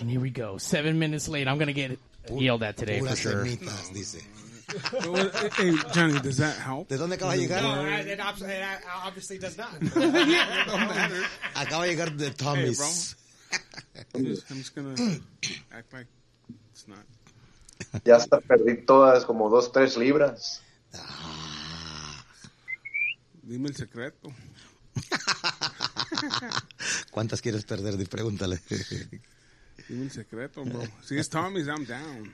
And here we go. Seven minutes late. I'm going to get yelled at today for Puras sure. semitas, dice. Hey, Oh, eh, Johnny, does that help? ¿De dónde acaba de llegar? No, I- that obs- that obviously does not. Acaba de llegar de Hey, Tommy's. bro. I'm just, I'm just gonna act like it's not. Ya hasta perdí todas, como dos, tres libras. Dime el secreto. ¿Cuántas quieres perder? Di, Pregúntale. Dime el secreto, bro. Si es Tommy's, I'm down.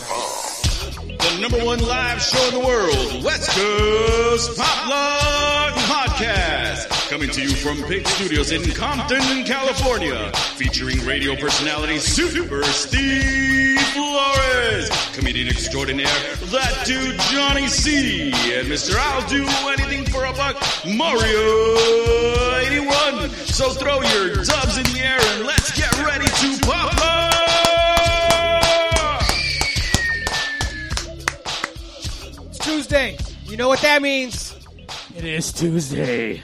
The number one live show in the world, West Coast Pop Log Podcast. Coming to you from Pig Studios in Compton, California. Featuring radio personality Super Steve Flores. Comedian extraordinaire, that dude Johnny C. And Mr. I'll do anything for a buck, Mario 81. So throw your dubs in the air and let's get ready to pop up! It's Tuesday. You know what that means. It is Tuesday.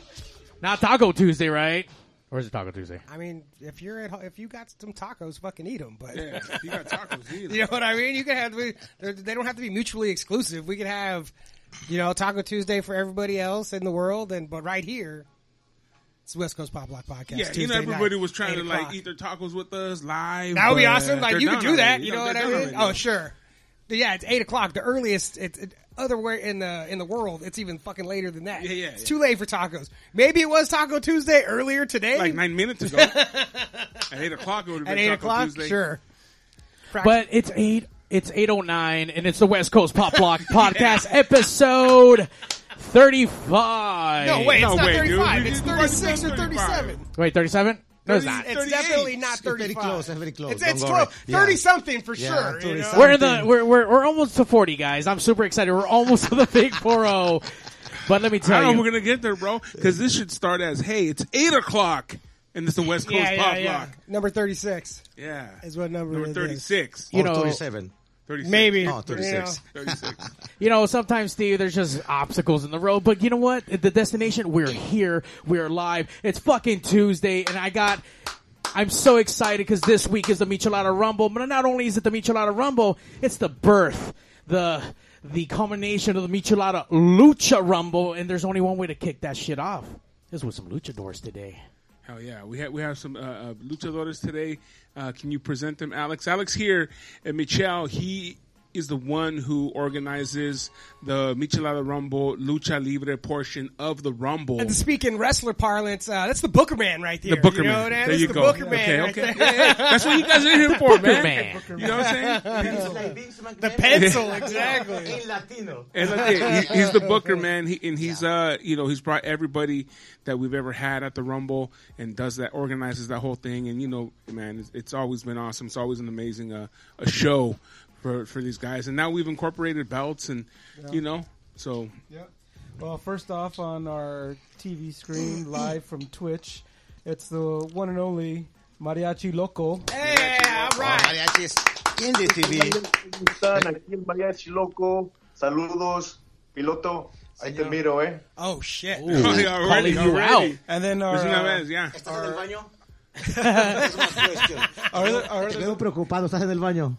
Not Taco Tuesday, right? Or is it Taco Tuesday? I mean, if you're at ho- if you got some tacos, fucking eat them. But Yeah, you got tacos. you eat 'em. you know what I mean. You can have we, they're- they don't have to be mutually exclusive. We could have you know Taco Tuesday for everybody else in the world, and but right here. It's the West Coast Pop Lock Podcast. Yeah, you know, Tuesday night, everybody was trying 8 to like o'clock. eat their tacos with us live. That would be but awesome. Like they're you could done do that. already. You No, know what they're done I mean? already. Oh sure. But yeah, it's eight o'clock. The earliest it's it, otherwhere in the in the world, it's even fucking later than that. Yeah, yeah, It's yeah. too late for tacos. Maybe it was Taco Tuesday earlier today. Like nine minutes ago. At eight o'clock, it would have at been eight Taco o'clock. Tuesday. Sure. Prac- But it's eight. It's eight oh nine, and it's the West Coast Pop Block Podcast episode thirty-five. no, wait, No, it's not wait, dude. thirty-five. We it's did- we thirty-six or did thirty-seven. wait, thirty-seven? No, it's not. It's 38. definitely not It's very thirty-five. close, it's very close. It's, it's Don't close. worry. Yeah. Thirty something for Yeah, sure. You 37. know? We're in the we're, we're we're almost to forty, guys. I'm super excited. We're almost to the big four zero. But let me I tell don't know you, we're gonna get there, bro. Because this should start as, "Hey, it's eight o'clock, and it's the West Coast yeah, Pop yeah, yeah. Lock." Number thirty-six Yeah, is what number number it is. thirty-six. Oh, you Or know, 37. 36. Maybe No, you know. 36. Thirty-six. you know, sometimes Steve, there's just obstacles in the road. But you know what? At The destination, we're here, we're live. It's fucking Tuesday, and I got. I'm so excited because this week is the Michelada Rumble. But not only is it the Michelada Rumble, it's the birth, the the culmination of the Michelada Lucha Rumble, and there's only one way to kick that shit off. Is with some luchadors today. Hell yeah, we have we have some uh, uh, luchadores today. Uh, can you present them, Alex? Alex here, and Michel. He is the one who organizes the Michelada Rumble Lucha Libre portion of the Rumble. And to speak in wrestler parlance, uh, that's the Booker Man right there. The Booker you know Man. That? There that's you the go. Booker Man. Okay, right okay. there. That's what you guys are here for, man. Man. You know what I'm saying? The pencil, exactly. And look, he, he's the Booker man, he, and he's uh, you know, he's brought everybody that we've ever had at the Rumble, and does that, organizes that whole thing, and you know, man, it's, it's always been awesome. It's always an amazing uh, a show for for these guys, and now we've incorporated belts, and you know, so Well, first off, on our TV screen, live from Twitch, it's the one and only Mariachi Loco. Eh, Yeah, all right. Mariachis. ¿Quién de TV? ¿Cómo están? Aquí en Mariachi Loco. Saludos, piloto. Ahí te miro, ¿eh? Oh shit. Already, calling you out. And then our, There's uh, no mess, yeah. ¿Estás en el baño? our, other- our Te other- veo preocupado. ¿Estás en el baño?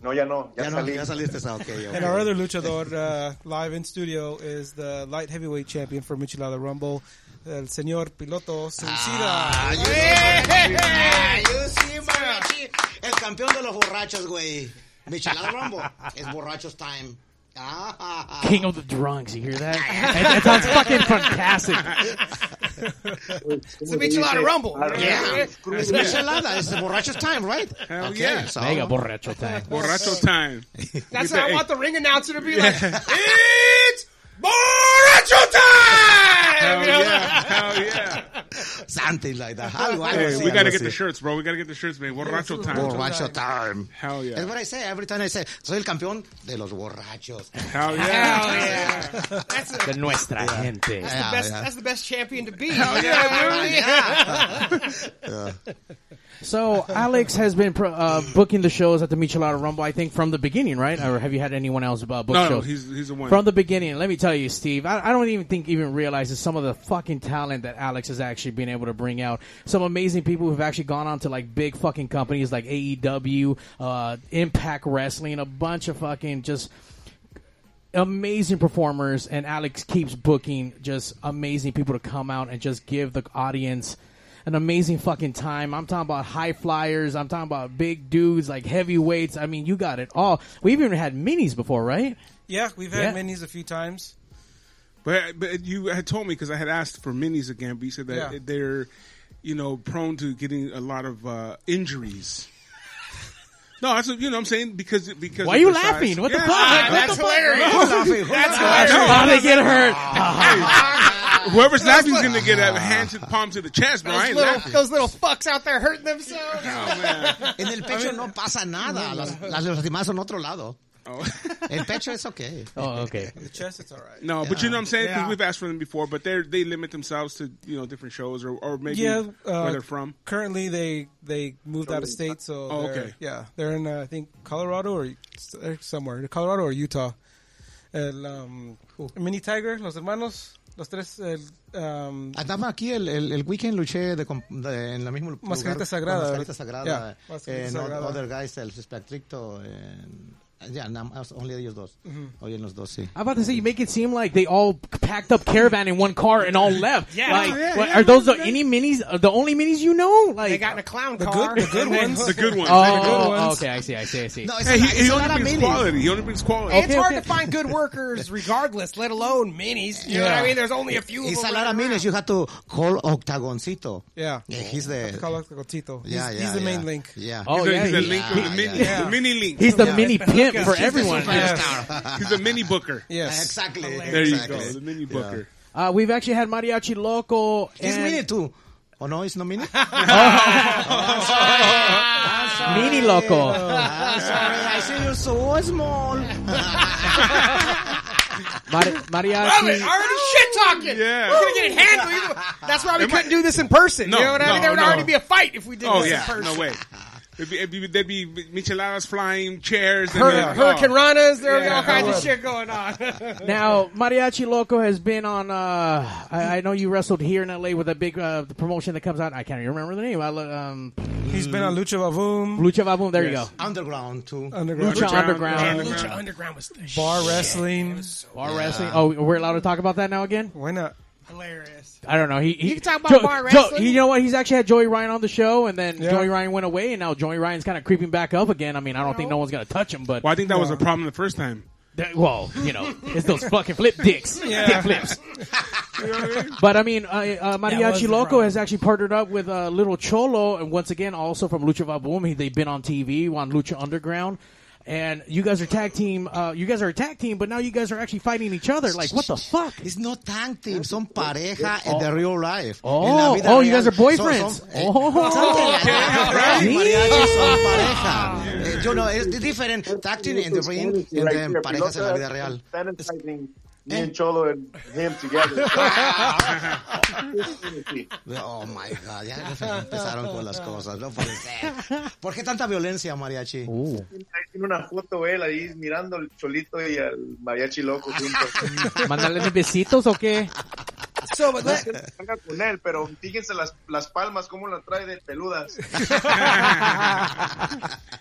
No, ya no, ya, Ya no, salí. ya saliste. Ah, ok, ok. and our other luchador uh, live in studio is the light heavyweight champion for Michelada Rumble, El Señor Piloto Suicida. Ah, you see, ah, you see, Mariachi. El campeón de los borrachos, güey. Michelada Rumbo. Es borrachos time. Ah, ah, ah. King of the Drunks, you hear that? that, that sounds fucking fantastic. It's a Michelada Rumble. Yeah. Es michelada. Es borrachos time, right? Hell Okay, yeah. so- Mega borracho time. Borracho time. That's With how I the- want the ring announcer to be like, it's Boracho time! Hell You know? yeah. Hell yeah. something like that. Algo, algo Hey, así, we got to algo get the así. shirts, bro. We got to get the shirts, man. Borracho time. Borracho time. Hell yeah. That's what I say every time I say, soy el campeón de los borrachos. Hell yeah. That's, a, De nuestra gente. that's the Yeah, best. yeah. That's the best champion to be. So Alex has been pro, uh, booking the shows at the Michelada Rumble. I think from the beginning, right? Or have you had anyone else uh, book No, shows? no, he's he's the one. From the beginning, let me tell you, Steve, I, I don't even think even realizes some of the fucking talent that Alex has actually been able to bring out. Some amazing people who've actually gone on to like big fucking companies like AEW, uh, Impact Wrestling, a bunch of fucking just amazing performers. And Alex keeps booking just amazing people to come out and just give the audience. An amazing fucking time. I'm talking about high flyers. I'm talking about big dudes like heavyweights. I mean, you got it all. We even had minis before, right? Yeah, we've Yeah. had minis a few times. But but you had told me because I had asked for minis again, but you said that Yeah. they're you know prone to getting a lot of uh, injuries. No, that's what, you know what I'm saying because because Why of you their laughing? size. What the Yeah. fuck? What That's the fuck? hilarious. That's hilarious. How they get hurt? Whoever's laughing's gonna get a hand to palm to the chest, bro. I Those ain't little, laughing. those little fucks out there hurting themselves. Oh, man. En el pecho no pasa nada. Las, las, las demás son otro lado. Oh. El pecho es okay. Oh, okay. The chest, it's all right. No, but you know what I'm saying? 'Cause Yeah. we've asked for them before, but they they limit themselves to you know different shows or or maybe Yeah, uh, where they're from. Currently, they they moved out of state, so Oh, they're- okay. yeah, they're in uh, I think Colorado or they're somewhere, Colorado or Utah. El um, Mini Tiger, los hermanos, los tres, el, um, Andaba aquí el, el, el weekend, luché de, comp- de- en la misma lugar. Mascarita con Sagrada, Mascarita ¿verdad? Sagrada. Yeah, eh, Mascarita en Sagrada. Other Guys, el Espectricto. en- Ya, nada más, only ellos dos. Oye, los dos, sí. I'm about to say you make it seem like they all packed up caravan in one car and all left. Yeah. Like, Yeah, what- are those the any minis? Are the only minis you know? Like, They got in a clown the car. good, the good ones. The good ones. oh, The good oh, ones. okay. I see. I see. I see. No, es Hey, una- he, he es only una brings mini. quality. He only brings quality. It's Okay, hard okay. to find good workers, regardless, let alone minis. You know what I mean? There's only a few. It's of a them lot of around. minis. You have to call Octagoncito. Yeah. Yeah, he's the... Call out to Tito. He's, yeah, yeah, he's the main yeah. link. Yeah. Oh, he's a, yeah, he's a he- link yeah, to the mini, yeah. the mini link. He's the mini pimp for everyone. Ah, Superstar. He's a mini booker. Yes. Exactly. There you exactly. go, the mini booker. Uh, we've actually had Mariachi Loco. He's and- mini too. Oh no, it's not mini. Mini Loco. I'm sorry, I see you so small. Mari- Love it. Mariachi. Already shit talking. Yeah. We're gonna get it handled. Either way. That's why we couldn't do this in person. No, you know what I mean? no, There would no. already be a fight if we did Oh this yeah, in person. no way. It'd be, it'd be, there'd be micheladas flying chairs. And Hur- then- oh. Hurricane Ranas, there would be Yeah. all kinds of shit going on. Now, Mariachi Loco has been on. Uh, I, I know you wrestled here in LA with a big uh, the promotion that comes out. I can't even remember the name. I, lo- um, He's been on Lucha Vavoom, Lucha Vavoom. There you Yes. go. Underground too. Underground Lucha Underground. Lucha Underground was the Bar Wrestling. Bar wrestling. Oh, we're allowed to talk about that now again. Why not? hilarious. I don't know. He, he You can talk about bar wrestling. you know what? He's actually had Joey Ryan on the show, and then Yeah. Joey Ryan went away, and now Joey Ryan's kind of creeping back up again. I mean, I don't think no one's gonna touch him, but Well, I think that was a problem the first time. that- well, you know, it's those fucking flip dicks, dick flips. but I mean, I- uh, was Mariachi the Loco problem. has actually partnered up with uh, Little Cholo, and once again, also from Lucha Vaboom. He- They've been on TV on Lucha Underground. And you guys are tag team. Uh, you guys are a tag team, but now you guys are actually fighting each other. Like, what the fuck? It's not tag team, son pareja in the real life. Oh, En la vida oh, you real. guys are boyfriends. Son- son- eh, Oh. something like that. Okay, Mariachi, alright. mariachi, son pareja. Eh, You know, it's different tag team in the ring and then parejas en la vida real. Sanitizing Eh. me and Cholo and him together. Oh my God, ya empezaron con las cosas, no puede ser. ¿Por qué tanta violencia, mariachi? Ahí tiene una foto él ahí mirando al Cholito y al Mariachi Loco juntos. Mandarles besitos o qué? So, but let, Venga con él, pero fíjense las, las palmas, cómo las trae de peludas.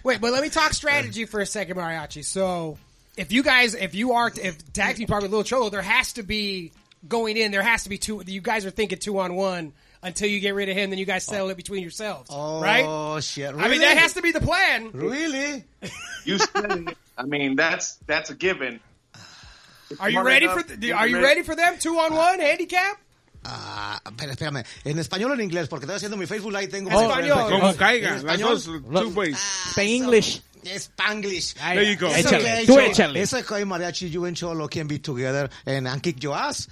Wait, but let me talk strategy for a second, Mariachi. So, if you guys, if you are, if tag team probably Little Cholo, there has to be going in. There has to be two. You guys are thinking two on one until you get rid of him. Then you guys settle it between yourselves, Oh, right? shit. I mean, that has to be the plan. Really? You said it. I mean, that's that's a given. Are you Come on, ready man. for? The, are you ready for them two on one handicap? Ah, espera, espérame. ¿En español o en inglés? Porque estoy haciendo mi Facebook Live. Tengo En español. Como Oh, caiga, en las dos, two ways. Ah, Spain English. Spanglish. Ay, There you go. It's Échale. Tú Cholo. échale. It's okay, mariachi, you and Cholo can be together and, and kick your ass.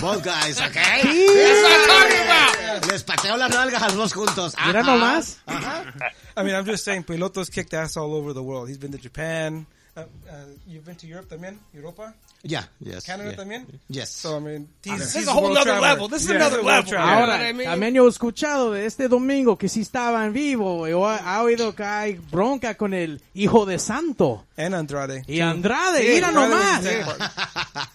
Both guys, okay? That's what I'm talking about. Les pateo las nalgas a los dos juntos. Mira Ajá. nomás. I mean, I'm just saying, Peloto's kicked ass all over the world. He's been to Japan. Uh, uh, you've been to Europe también? Europa? Yeah, yes. Canada yeah. también? Yes. So, I mean, he's, This he's is a whole world nother traveler. level. This is Yeah, another he's a world level. traveler. Ahora, You know what I mean? también yo he escuchado de este domingo que sí estaba en vivo, güey. O Ha, ha oído que hay bronca con el hijo de santo. And Andrade. Y Andrade, mira Andrade was nomás. the second part.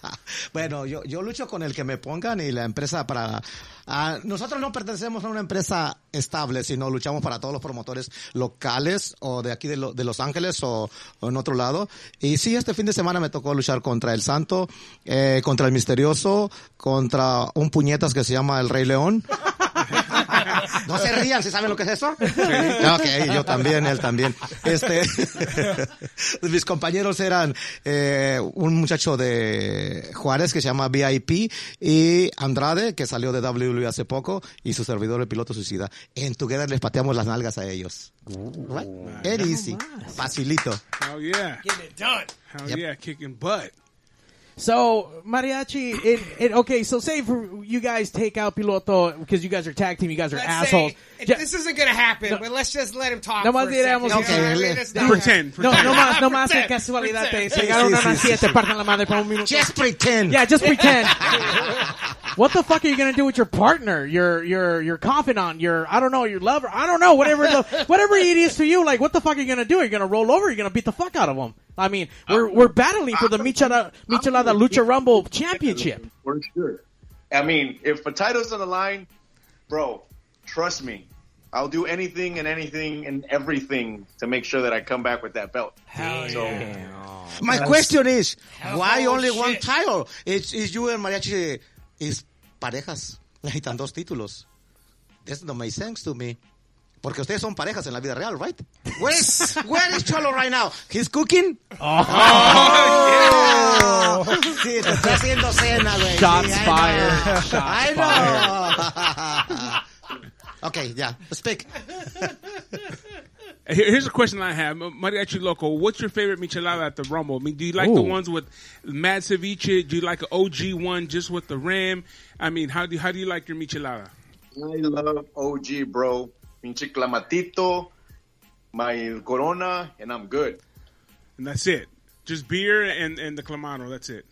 Bueno, yo, yo lucho con el que me pongan y la empresa para... ah, nosotros no pertenecemos a una empresa estable, sino luchamos para todos los promotores locales o de aquí de, lo- de Los Ángeles o, o en otro lado. Y sí, este fin de semana me tocó luchar contra el Santo, eh, contra el Misterioso, contra un puñetas que se llama el Rey León. Ah, No se rían, ¿sí saben lo que es eso? Ah, Ok, yo también, él también. Este, mis compañeros eran eh, un muchacho de Juárez que se llama VIP y Andrade, que salió de WWE hace poco, y su servidor, el piloto suicida. En Together les pateamos las nalgas a ellos. Right? Very easy. Facilito. Hell yeah. Getting it done. Hell Yep. yeah. Kicking butt. So mariachi, it, it okay. So say for you guys take out Piloto because you guys are tag team, you guys are Let's assholes. say it- Ya- this isn't gonna happen, but let's just let him talk. No más for a second. You diríamos- know what I Okay, mean? le- It's not- Pretend. no, pretend. no más, no más en Pretend, casualidad te pretend. se llegaron Sí, sí, a sí, sí, te parten la madre por un minuto. Just pretend. Yeah, just pretend. what the fuck are you gonna do with your partner, your your your confidant, your I don't know, your lover, I don't know, whatever the whatever it is to you. Like, what the fuck are you gonna do? You're gonna roll over. You're gonna beat the fuck out of him. I mean, we're we're battling for the Michelada, Michelada Lucha Rumble Championship. For sure. I mean, if a title's on the line, bro, trust me, I'll do anything and anything and everything to make sure that I come back with that belt. so, My question is, why Oh, only shit. one title? It's, it's you and Mariachi is parejas. Necesitan dos títulos. This no make sense to me. Porque ustedes son parejas en la vida real, right? Where is, where is Cholo right now? He's cooking. Oh, sí, te está haciendo cena, güey. Shots Sí, I know. fired. Shots I know. okay, yeah. Speak. Here- Here's a question I have, Mariachi Loco. What's your favorite michelada at the Rumble? I mean, do you like the Ooh. ones with mad ceviche? Do you like an OG one just with the rim? I mean, how do how do you like your michelada? I love OG, bro. Pinche clamatito, my corona, and I'm good. And that's it. Just beer and and the clamato. That's it.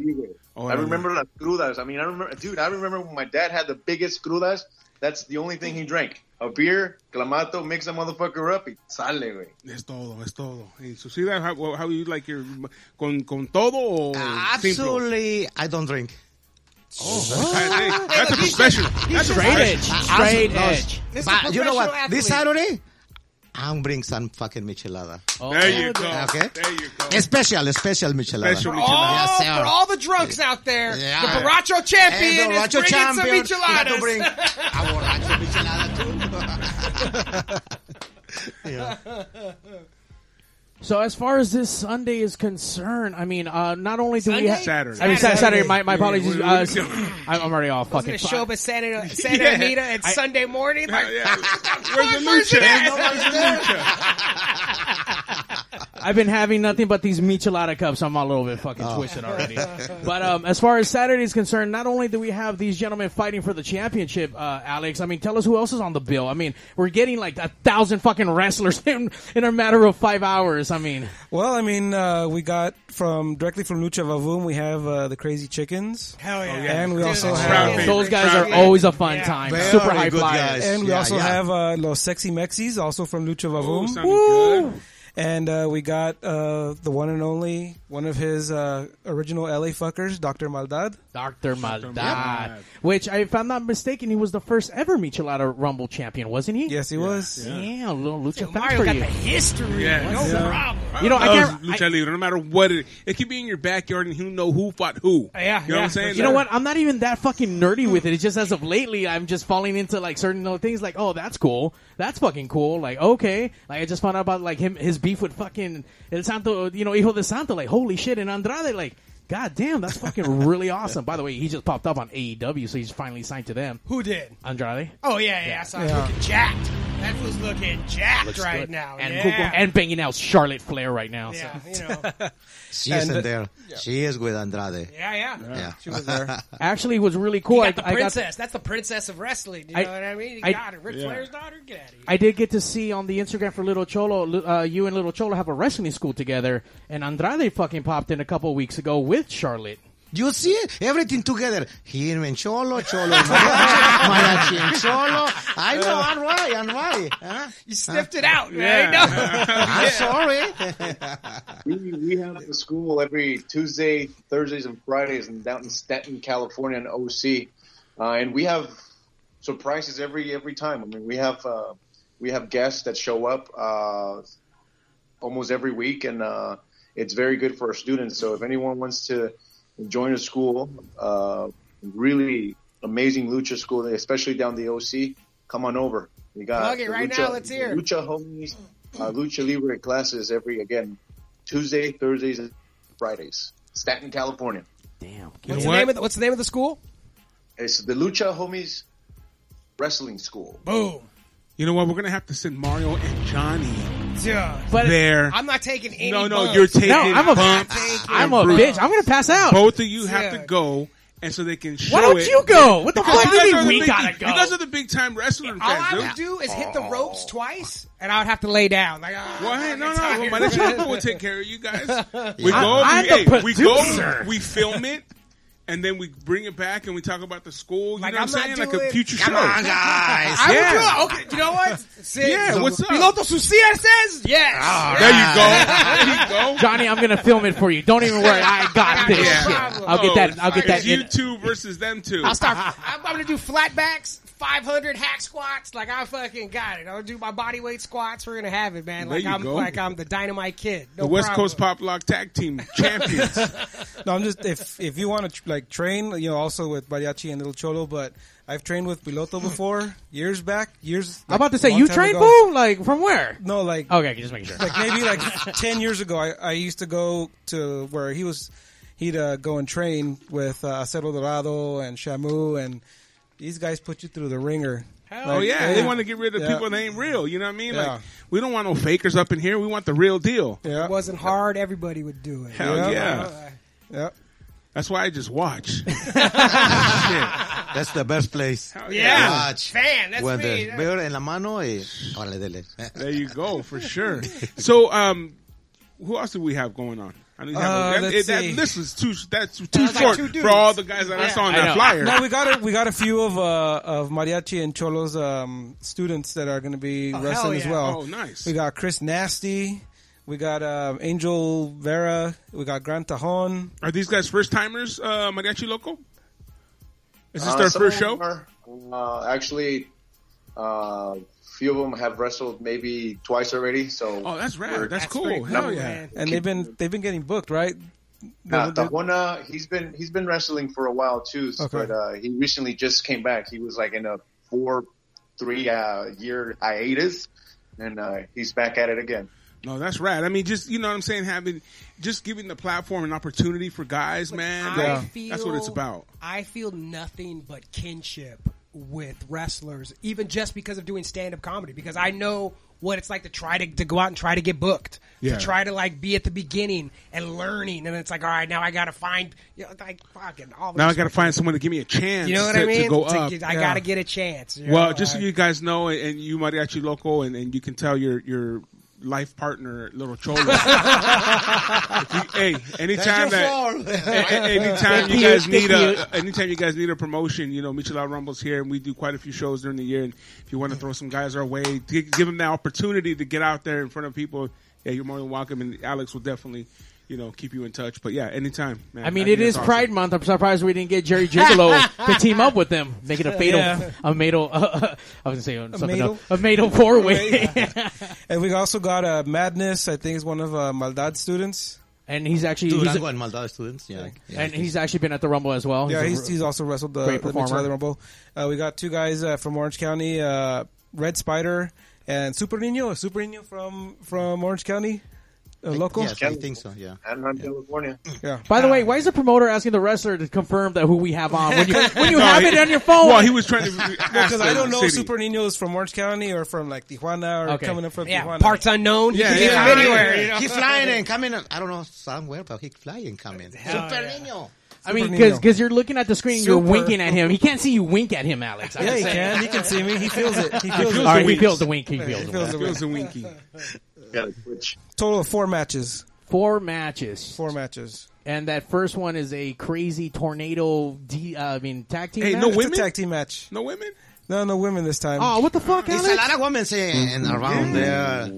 Oh, I remember las crudas. I mean, I remember, dude, I remember when my dad had the biggest crudas. That's the only thing he drank. A beer, clamato, mix that motherfucker up, y sale, güey. Es todo, es todo. Y Suicida, how, how you like your con con todo or simple? Oh. Absolutely, I don't drink. Hey, hey, That's a professional. That's a Straight professional. edge, straight edge. This is a But you know what? professional This athlete. Saturday, I'm bring some fucking michelada. There you go. Okay. There you go. Special, special michelada. Special Oh, michelada. Yes, sir. for all the drunks out there, Yeah. the Baracho champion is bringing some You have to micheladas. bring a borracho michelada too. So as far as this Sunday is concerned, I mean, uh, not only do we have Saturday. I mean, Saturday. Saturday my, my Yeah, apologies. what- what Uh, do you do? I'm I'm already off. Fucking. Gonna fuck. show up at Santa, Santa Yeah. Anita and I- Sunday morning. Like, Yeah. Where's the Where's it lucha? at? Where's the lucha? I've been having nothing but these Michelada cups. I'm a little bit fucking Oh. twisted already. but um, as far as Saturday is concerned, not only do we have these gentlemen fighting for the championship, uh, Alex. I mean, tell us who else is on the bill. I mean, we're getting like a thousand fucking wrestlers in in a matter of five hours. I mean, Well, I mean, uh, we got from directly from Lucha Vavoom, we have uh, the Crazy Chickens. Hell yeah. And we Dude, also that's have- my Oh, those favorite. guys are Yeah. always a fun Yeah. time. Very Super high good flyers. guys. And we Yeah, also yeah. have uh, Los Sexy Mexis, also from Lucha Ooh, Vavoom. sounding good. And uh, we got uh, the one and only, one of his uh, original LA fuckers, Dr. Maldad. Doctor Maldad, Maldad. which I- if I'm not mistaken, he was the first ever Michelada Rumble champion, wasn't he? Yes, he was. Yeah, a little lucha fact Mario for got you. the history. Yeah. No Yeah. problem. You know, I loves can't- Lucha I- Libre, no matter what it, it could be in your backyard, and you know who fought who. you Yeah, know what yeah, I'm saying. You know what? I'm not even that fucking nerdy with it. It's just as of lately, I'm just falling into like certain little things. Like, oh, that's cool. That's fucking cool. Like, okay. Like, I just found out about like him, his beef with fucking El Santo, you know, Hijo de Santo. Like, holy shit. And Andrade, like, god damn, that's fucking really awesome. By the way, he just popped up on AEW, so he's finally signed to them. Who did? Andrade. Oh yeah, yeah. I saw him looking jacked. That fool's looking jacked right now. and yeah. and banging out Charlotte Flair right now. so. yeah, you know. She is And, in uh, there. She is with Andrade. Yeah, yeah. Yeah. She was there. Actually, it was really cool. You got the I, I got princess. That's the princess of wrestling. You I- know what I mean? You I- got it. Ric Yeah. Flair's daughter. Get out of here. I did get to see on the Instagram for Little Cholo, li- uh, you and Little Cholo have a wrestling school together, and Andrade fucking popped in a couple weeks ago with Charlotte. You see it? everything together. Here in Cholo, Cholo, in Mariachi, Mariachi in Cholo. I know, I'm right, I'm right. ¿eh? Huh? Eh. you sniffed it out, man. Ah, I'm sorry. We, we have the school every Tuesday, Thursdays, and Fridays in down in Staten, California, in OC, uh, and we have surprises every every time. I mean, we have uh, we have guests that show up uh, almost every week, and uh, it's very good for our students. So, if anyone wants to join a school, uh, really amazing lucha school, especially down the OC, come on over. We got Plug it the right lucha, now, let's hear. lucha homies, uh, lucha libre classes every again Tuesday, Thursdays, and Fridays. Staten, California. What's, know the what? name of the, what's the name of the school? It's the Lucha Homies Wrestling School. Boom. You know what? We're gonna have to send Mario and Johnny Yeah. But there. I'm not taking any. no, no, bumps. you're taking no, I'm a bumps. am and a bruises. bitch. I'm gonna pass out. Both of you have to Yeah. go, and so they can show Why don't it. you go? What the Because fuck you do guys you mean are the we big- gotta go? You guys are the big time wrestler All I fans, would dude. do is hit the ropes twice, and I would have to lay down. Like, ah, Well, hey, I'm Oh. no, tired. no, my next people will take care of you guys. We Yeah. go, I'm we, the hey, we go, producer. we film it, and then we bring it back and we talk about the school. You Like, know what I'm I'm not saying? Like doing- a future Come show. on, Guys. I Yeah. would do it. Okay, you know what? Sid, Yeah, what's up? Piloto Sucia says yes. Ah, There you go. There you go. Johnny, I'm gonna film it for you. Don't even worry. I got this Yeah. shit. I'll get that. I'll get that. It's in- you two versus them two. I'll start. I'm, I'm gonna do flat backs, 500 hack squats. Like I fucking got it. I'll do my body weight squats. We're gonna have it, man. There Like you I'm go. like I'm the dynamite kid. No the West problem. Coast Pop Lock Tag Team champions. No, I'm just if if you want to like train, you know, also with Mariachi and Little Cholo, but I've trained with Piloto before years back. Years. I'm like, about to a say long you time train ago. boo. Like from where? No, like Okay, just making sure. like maybe like ten years ago, I, I used to go to where he was. He'd uh, go and train with uh, Acero Dorado and Shamu, and these guys put you through the ringer. Oh yeah, they want to get rid of Yeah. people that ain't real. You know what I mean? Yeah. Like we don't want no fakers up in here. We want the real deal. Yeah, It wasn't hard. Everybody would do it. Hell Yeah. yeah. yeah. That's why I just watch. That's the best place. Yeah. Watch. Fan, that's When me. the beer en la mano y órale, dele. there you go for sure. So um, who else do we have going on? I need to have Uh, a- that, let's that see. list was too that's too like short two dudes. for all the guys that I saw on I that know. flyer. No, we got a, we got a few of uh, of mariachi and cholos um, students that are going to be wrestling hell as yeah. well. Oh, nice. We got Chris Nasty. We got um, Angel Vera. We got Gran Tajon. Are these guys first timers? Uh, Mariachi Loco. Is this Uh, their some first of show? them are, uh, actually, uh, few of them have wrestled maybe twice already. So Oh, that's rad. we're- That's, cool. pretty Hell cool, yeah. man. and they've been they've been getting booked, right? Nah, Tahuna, he's been he's been wrestling for a while too, Okay. but uh, he recently just came back. He was like in a four, three uh, year hiatus, and uh, he's back at it again. No, that's rad. I mean, just you know what I'm saying. Having just giving the platform an opportunity for guys, man. I Like, feel, That's what it's about. I feel nothing but kinship with wrestlers, even just because of doing stand up comedy, because I know what it's like to try to, to go out and try to get booked. Yeah. To try to like be at the beginning and learning, and it's like, all right, now I gotta find, you know, like fucking all. Now I this- got to find someone to give me a chance. you know what to, I mean? To go To up. get- I Yeah. gotta get a chance. you Well, know, just so like- you guys know, and, and you mariachi local, and, and you can tell your your life partner, little cholo. If you- hey, anytime that. That's your floor. a- a- Anytime you you, guys thank need you. a, anytime you guys need a promotion, you know Michelada Rumble's here, and we do quite a few shows during the year. And if you want to throw some guys our way, gi- give them the opportunity to get out there in front of people. Yeah, you're more than welcome, and Alex will definitely, you know, keep you in touch. But yeah, anytime, man. I mean, it is that's awesome. Pride Month. I'm surprised we didn't get Jerry Gigolo to team up with them, make it a fatal, Yeah. a fatal. Uh, I was gonna say something matal? else. a fatal four way, And we also got uh, Madness. I think is one of uh, Maldad's students. and he's actually he's Durango a- and Maldado students. Yeah. yeah. and he's actually been at the Rumble as well. Yeah, a- he's, he's also wrestled the, Great the performer. Mixed Leather Rumble. Uh, we got two guys uh, from Orange County, uh, Red Spider and Super Nino. Super Nino from from Orange County. uh, local. Yes, I think so. Yeah. Anaheim, on California. Yeah. By the way, why is the promoter asking the wrestler to confirm that who we have on when you when you have it on your phone? Well, he was trying to ask Because I the don't know city. Super Nino is from Orange County or from like Tijuana or Okay. coming in from Yeah, Tijuana. parts unknown. Yeah, Yeah, yeah, yeah, anywhere. yeah, you know? He's flying and coming. I don't know somewhere, but he's flying coming. Super niño. I mean, Nino. because you're looking at the screen, and you're Super. winking at him. He can't see you wink at him, Alex. I'm Yeah, he saying. can. He can see me. He feels it. He feels feels it. the All right, he wink. feels the wink. He feels He the feels wink. the It was wink. a winky. Got a twitch. Total of four matches. Four matches, Four matches. and that first one is a crazy tornado. D, uh, I mean, tag team. Hey, match? no It's a women? tag team match. No women? No, no women this time. Oh, what the fuck, It's Alex? a lot of women saying around there.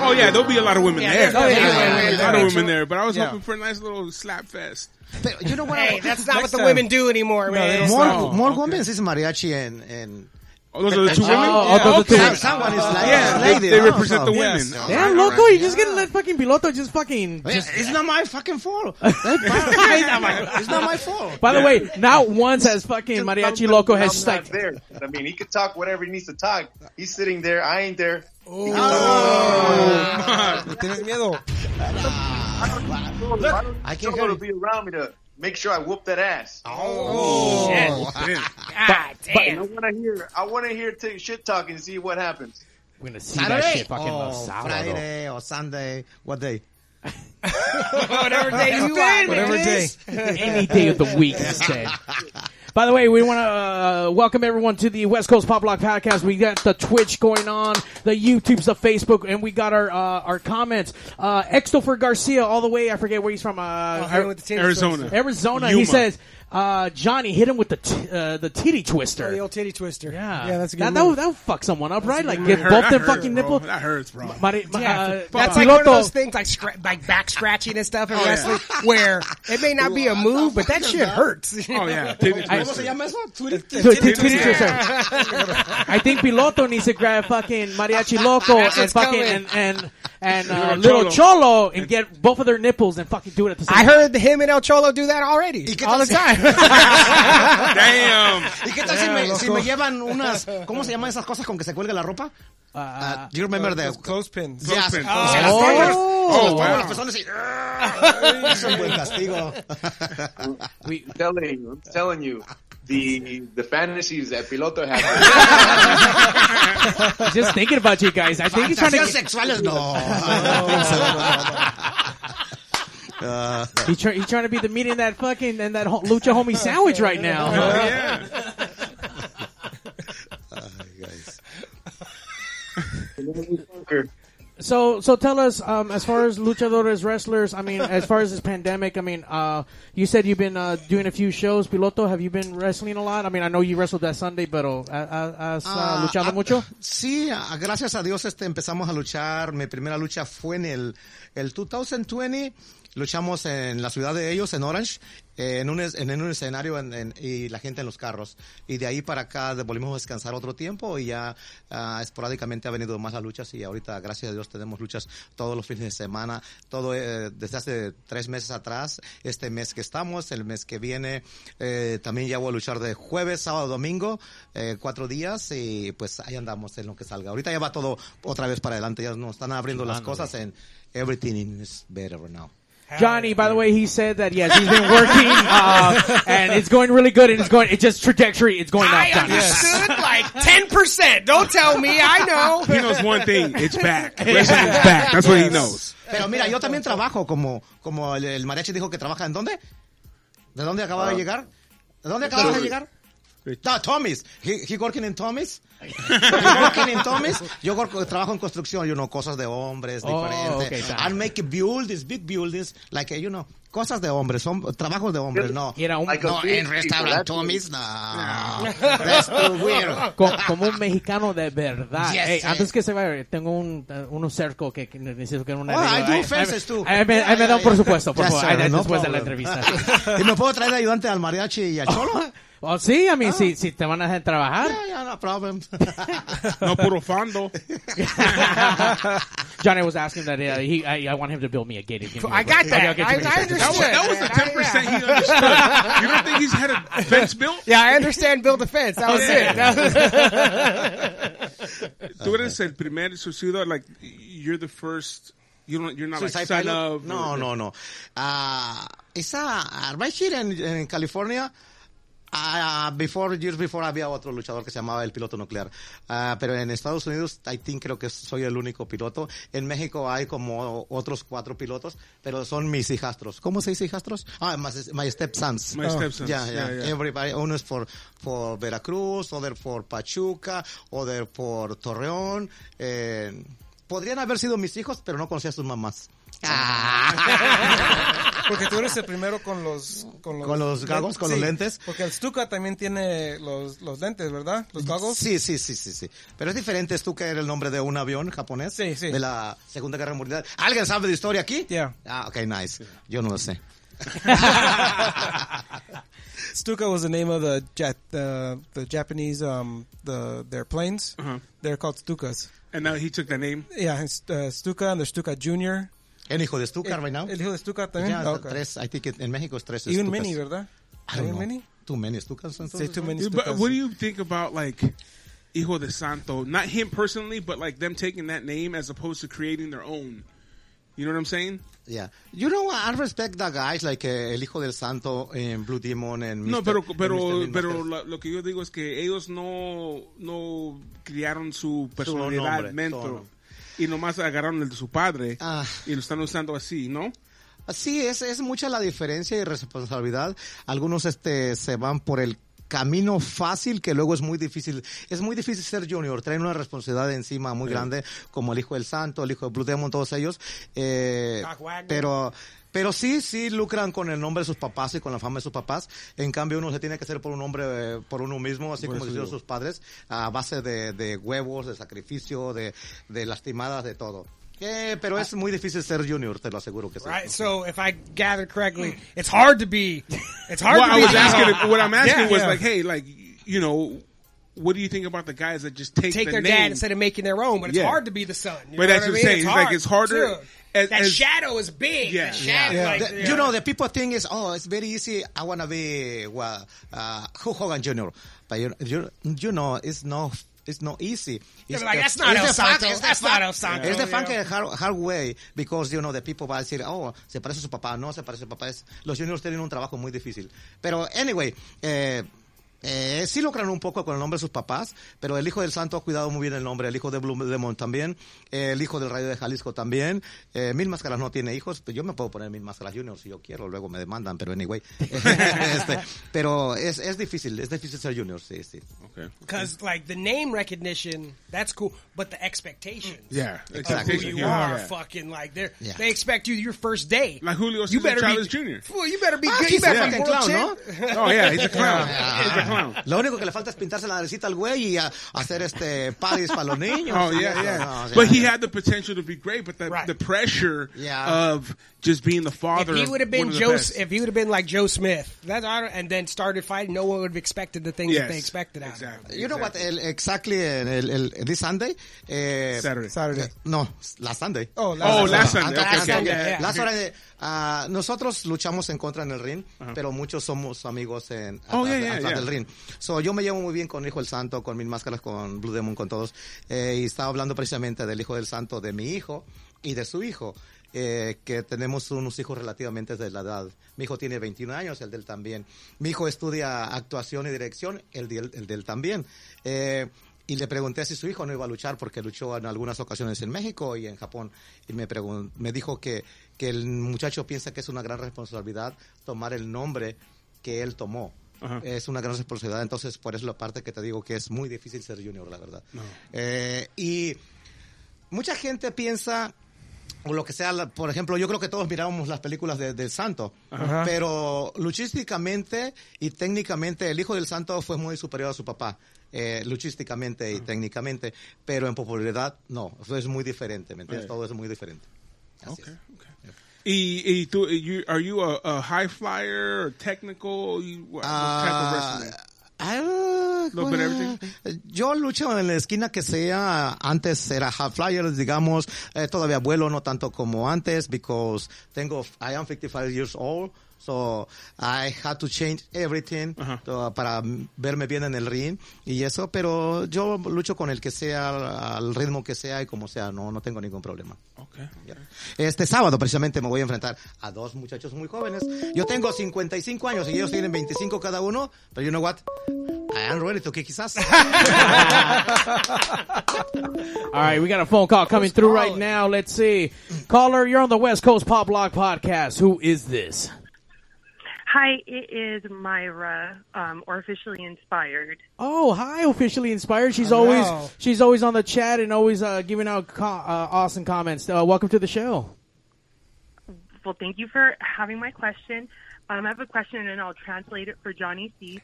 Oh yeah, there'll be a lot of women there. Oh, yeah, yeah, a yeah, lot yeah. of women there, but I was Yeah. hoping for a nice little slap fest. But you know what? Hey, that's not Next what the time. women do anymore, they man. don't. more Oh, more okay. women is mariachi and and Oh, those are the two women. oh, yeah, those are the two Some- women. someone is like Yeah, lady. they, they also. represent the women. Yes. All Yeah, right, all loco, right. you just gonna let fucking Piloto just fucking. Yeah, Just, it's not my fucking fault. They fight. it's not my fault. by the way, not once has fucking Mariachi Loco has I'm not stiked. there. I mean, he could talk whatever he needs to talk. He's sitting there. I ain't there. He can Tienes miedo. talk- I can't hear Someone will you. be around me to make sure I whoop that ass. Oh. God And I damn. want to hear. I want to hear t- shit talk and see what happens. Oh, We're gonna see that Saturday shit fucking or on Sábado. Friday or Sunday. What day? Whatever day you want. Whatever man. day. any day of the week instead. By the way, we want to uh, welcome everyone to the West Coast Pop Lock Podcast. We got the Twitch going on, the YouTube's, the Facebook, and we got our uh, our comments. Uh, Extofer Garcia, all the way, I forget where he's from. Uh, I'll hit him Oh, with the titty Arizona. twister. Arizona. He Yuma. says, uh, "Johnny, hit him with the t- uh, the titty twister." The old titty twister. yeah, Yeah, that's a good That, that, move. would, that would fuck someone up, right? Like That get hurt- both that them hurt, fucking bro. nipple. That hurts, bro. Mari- ma- uh, That's like one of those things, like scra- like back scratching and stuff in Oh, wrestling, where it may not be a move, but that shit hurts. Oh yeah, titty twister. So it's a Twitter twister. I think Piloto needs to grab fucking Mariachi Loco That's and what's fucking coming. and and, and uh, Little little Cholo. Cholo and get both of their nipples and fucking do it at the same I time. heard him and El Cholo do that already, qué tal all the si- time. Damn. ¿Y qué tal si, me, si me llevan unas, ¿cómo se llaman esas cosas con que se cuelga la ropa? Uh, do you remember the... Those clothespins. Yes. Clothespins. Oh, Oh, Las wow. personas y- Es un buen castigo. We, I'm telling you, I'm telling you, the the fantasies that Piloto has. I'm just thinking about you guys. I think he's trying to Fantasías get, sexuales, no. he's, try, he's trying to be the meat in that fucking and that ho- lucha homie sandwich right now. Yeah. So so tell us um, as far as luchadores wrestlers. I mean, as far as this pandemic. I mean, uh, you said you've been uh, doing a few shows. Piloto, have you been wrestling a lot? I mean, I know you wrestled that Sunday, but uh, has uh, Ah, luchado ah, mucho. Sí, ah, gracias a Dios este, empezamos a luchar. Mi primera lucha fue en el, el 2020. Luchamos en la ciudad de ellos, en Orange, eh, en, un, es- en, en un escenario en- en- y la gente en los carros. Y de ahí para acá volvimos a descansar otro tiempo y ya ah, esporádicamente ha venido más las luchas y ahorita, gracias a Dios, tenemos luchas todos los fines de semana, todo eh, desde hace tres meses atrás, este mes que estamos, el mes que viene, eh, también ya voy a luchar de jueves, sábado, domingo, eh, cuatro días y pues ahí andamos en lo que salga. Ahorita ya va todo otra vez para adelante, ya nos están abriendo las cosas en Everything is better now. Johnny, by the way, he said that yes, he's been working uh, and it's going really good, and it's going. It's just trajectory. It's going I up. Johnny. understood like ten percent. Don't tell me, I know. He knows one thing. It's back. Wrestling is back. That's what he knows. Pero mira, yo también trabajo como, como el, el mariachi dijo que trabaja en dónde? ¿De dónde Ah. acababa de llegar? ¿De dónde acababa de llegar? No, Tommy's. He, he working in Tommy's. He working in Tommy's. Yo work- trabajo en construcción, you know, cosas de hombres Oh, diferentes. okay, I make buildings, big buildings, like, you know, cosas de hombres, son trabajos de hombres, no. Y era un, Like a No, en big restaurant people, Tommy's, no. That's too weird. co- como un mexicano de verdad. Yes, Hey, sir. antes que se vaya, tengo un eh, uno cerco que, que necesito que una. Oh, I do Ay, faces, ay, too. ay, me, ay, me da un por supuesto, por Yes, favor. sir, Ay, no después de la problem. entrevista. ¿Y me puedo traer de ayudante al mariachi y al cholo? Oh, sí, a mí si, si te van a dejar trabajar. Yeah, yeah, no problem. No puro fondo. Johnny was asking that uh, he I, I want him to build me a gated. community. I got Okay, that. I'll get I, you a- I understood. That was, that was the ten percent he understood. You don't think he's had a fence built? Yeah, I understand. Build defense. That was it. That was- Tú eres el primer suicidio. Like you're the first You don't. You're not pues, like Suicide son Pilot? of. No, or- no, no. Uh, esa, uh, right here in, in California, uh, before, years before había otro luchador que se llamaba el piloto nuclear. Ah, pero en Estados Unidos, I think creo que soy el único piloto. En México hay como otros cuatro pilotos, pero son mis hijastros. ¿Cómo se dice hijastros? Ah, my, my stepsons. My Oh. stepsons, Yeah, yeah, yeah. yeah. Everybody, one is for, for Veracruz, other for Pachuca, other for Torreón. Eh, podrían haber sido mis hijos, pero no conocía a sus mamás. Ah. Porque tú eres el primero con los... Con los, Con los goggles, con los lentes. Porque el Stuka también tiene los, los lentes, ¿verdad? Los goggles. Sí, sí, sí, sí, sí. Pero es diferente, es tú que era el nombre de un avión japonés Sí, sí. de la Segunda Guerra Mundial. ¿Alguien sabe de historia aquí? Yeah. Ah, ok, nice. Yo no lo sé. Stuka was the name of the jet, uh, the Japanese, um, the, their planes. Uh-huh. They're called Stukas. And now he took that name. Yeah, and, uh, Stuka and the Stuka Junior. El hijo de Stuka, right now. Eh, El hijo de Stuka también. Ya, Ah, okay. tres, I think en México es tres. Y un Stukas. mini, ¿verdad? I Hay don't un know. mini. Too many Stukas, Say entonces. too many But Stukas. what do you think about like Hijo de Santo? Not him personally, but like them taking that name as opposed to creating their own. You know what I'm saying? Yeah. You know, I respect the guys like eh, el hijo del santo en Blue Demon and No, Mr. pero and Mr. pero Midmaster. pero lo, lo que yo digo es que ellos no no criaron su personalidad, nombre, mentor. todo. Y nomás agarraron el de su padre Ah. y lo están usando así, ¿no? Sí, es, es mucha la diferencia y responsabilidad. Algunos este, se van por el camino fácil que luego es muy difícil. Es muy difícil ser junior, traen una responsabilidad encima muy grande como el Hijo del Santo, el Hijo de Blue Demon, todos ellos. Eh, Doc Wagner. pero, pero sí, sí lucran con el nombre de sus papás y con la fama de sus papás. En cambio, uno se tiene que hacer por un hombre, eh, por uno mismo, así como hicieron sus padres, a base de, de huevos, de sacrificio, de, de lastimadas, de todo. Eh, pero es muy difícil ser junior, te lo aseguro que sí. Right. So if I gathered correctly, it's hard to be. It's hard Well, to I be. was asking. What I'm asking Yeah, was yeah. like, hey, like you know, what do you think about the guys that just take, take the their name? dad instead of making their own, but it's Yeah. hard to be the son. You But know that's what I what mean? I'm saying. It's like it's harder too. as- that as- shadow is big. Yeah. Yeah. shadow, Yeah. Like, The- You know, the people think is, oh, it's very easy. I want to be well, uh, Hulk Hogan Jr. But you, you, you know, it's no, it's not easy. It's but like, that's not it's El the fun- Santo. it's the That's fun- not El Santo, It's the you fun know. hard, hard way because you know the people va a decir, oh, se parece a su papá, no se parece a su papá. Es, los juniors tienen un trabajo muy difícil. Pero anyway. Eh, eh, sí lucran un poco con el nombre de sus papás, pero el hijo del santo ha cuidado muy bien el nombre, el hijo de Blue Demon también, eh, el hijo del rayo de Jalisco también, eh, Mil Máscaras no tiene hijos, pero yo me puedo poner Mil Máscaras Junior si yo quiero, luego me demandan, pero anyway. Este, pero es, es difícil, es difícil ser junior, sí, sí. Okay. because like the name recognition, that's cool, but the expectations Yeah, of who expectation. you Yeah. are, fucking like they are Yeah. they expect you your first day. Like Julio you Cesar better Chavez be, Jr.. Fool, you better be good. Ah, he's You better a be world fucking clown, champ. Oh yeah, he's a clown. He's a clown. Ah, Lo único que le falta es pintarse la naricita al güey y a- hacer este parties para los niños. Oh y yeah, eso, yeah. no, o sea, but he had the potential to be great, but the, Right. the pressure Yeah. of just being the If father. he of would have one been of the Joe, best. if he would have been like Joe Smith, that I don't- and then started fighting, no one would have expected the things that yes, they expected out of him. exactly, You know what? exactly. El, exactly, el, el, el- this Sunday. eh, Saturday. Saturday. No, last Sunday. Oh, Oh, Sunday. last Sunday. Antes- Okay, antes- okay. Yeah, yeah. Last Sunday, ah, nosotros luchamos en contra en el ring, pero muchos somos amigos en Oh, yeah, atrás- yeah, atrás yeah. del ring. So, yo me llevo muy bien con Hijo del Santo, con Mil Máscaras, con Blue Demon, con todos. Eh, y estaba hablando precisamente del Hijo del Santo, de mi hijo y de su hijo. eh, que tenemos unos hijos relativamente de la edad. Mi hijo tiene 21 años, el del también. Mi hijo estudia actuación y dirección, el, del- el del también. Eh, y le pregunté si su hijo no iba a luchar porque luchó en algunas ocasiones en México y en Japón. Y me, pregun- me dijo que, que el muchacho piensa que es una gran responsabilidad tomar el nombre que él tomó. Ajá. Es una gran responsabilidad, entonces por eso la parte que te digo que es muy difícil ser junior, la verdad. Eh, y mucha gente piensa o lo que sea, la- por ejemplo, yo creo que todos mirábamos las películas de- del Santo, pero luchísticamente y técnicamente el Hijo del Santo fue muy superior a su papá, eh, luchísticamente y técnicamente, pero en popularidad no, eso es muy diferente, ¿me entiendes? Right. Todo es muy diferente. Así Okay. es. okay. Y, y E, tú, y you, are you a, a high flyer or technical? You, what, what type of Ah, wrestler? ah, little bit of everything? Yo lucho en la esquina que sea. Antes era hard flyers, digamos. Eh, todavía vuelo, no tanto como antes, because tengo, I am 55 years old. So I had to change everything to- para verme bien en el ring y eso, pero yo lucho con el que sea, al ritmo que sea y como sea, no, no tengo ningún problema. Okay. Este sábado precisamente me voy a enfrentar a dos muchachos muy jóvenes. Yo tengo 55 años y ellos tienen 25 cada uno, pero you know what? I am ready to kick his ass. All right, we got a phone call coming through right now. Let's see. Caller, you're on the West Coast Pop Block podcast. Who is this? Hi, it is Myra, um, or officially inspired. Oh, hi, officially inspired. She's always she's always on the chat and always uh, giving out co- uh, awesome comments. Uh, welcome to the show. Well, thank you for having my question. Um, I have a question, and I'll translate it for Johnny C.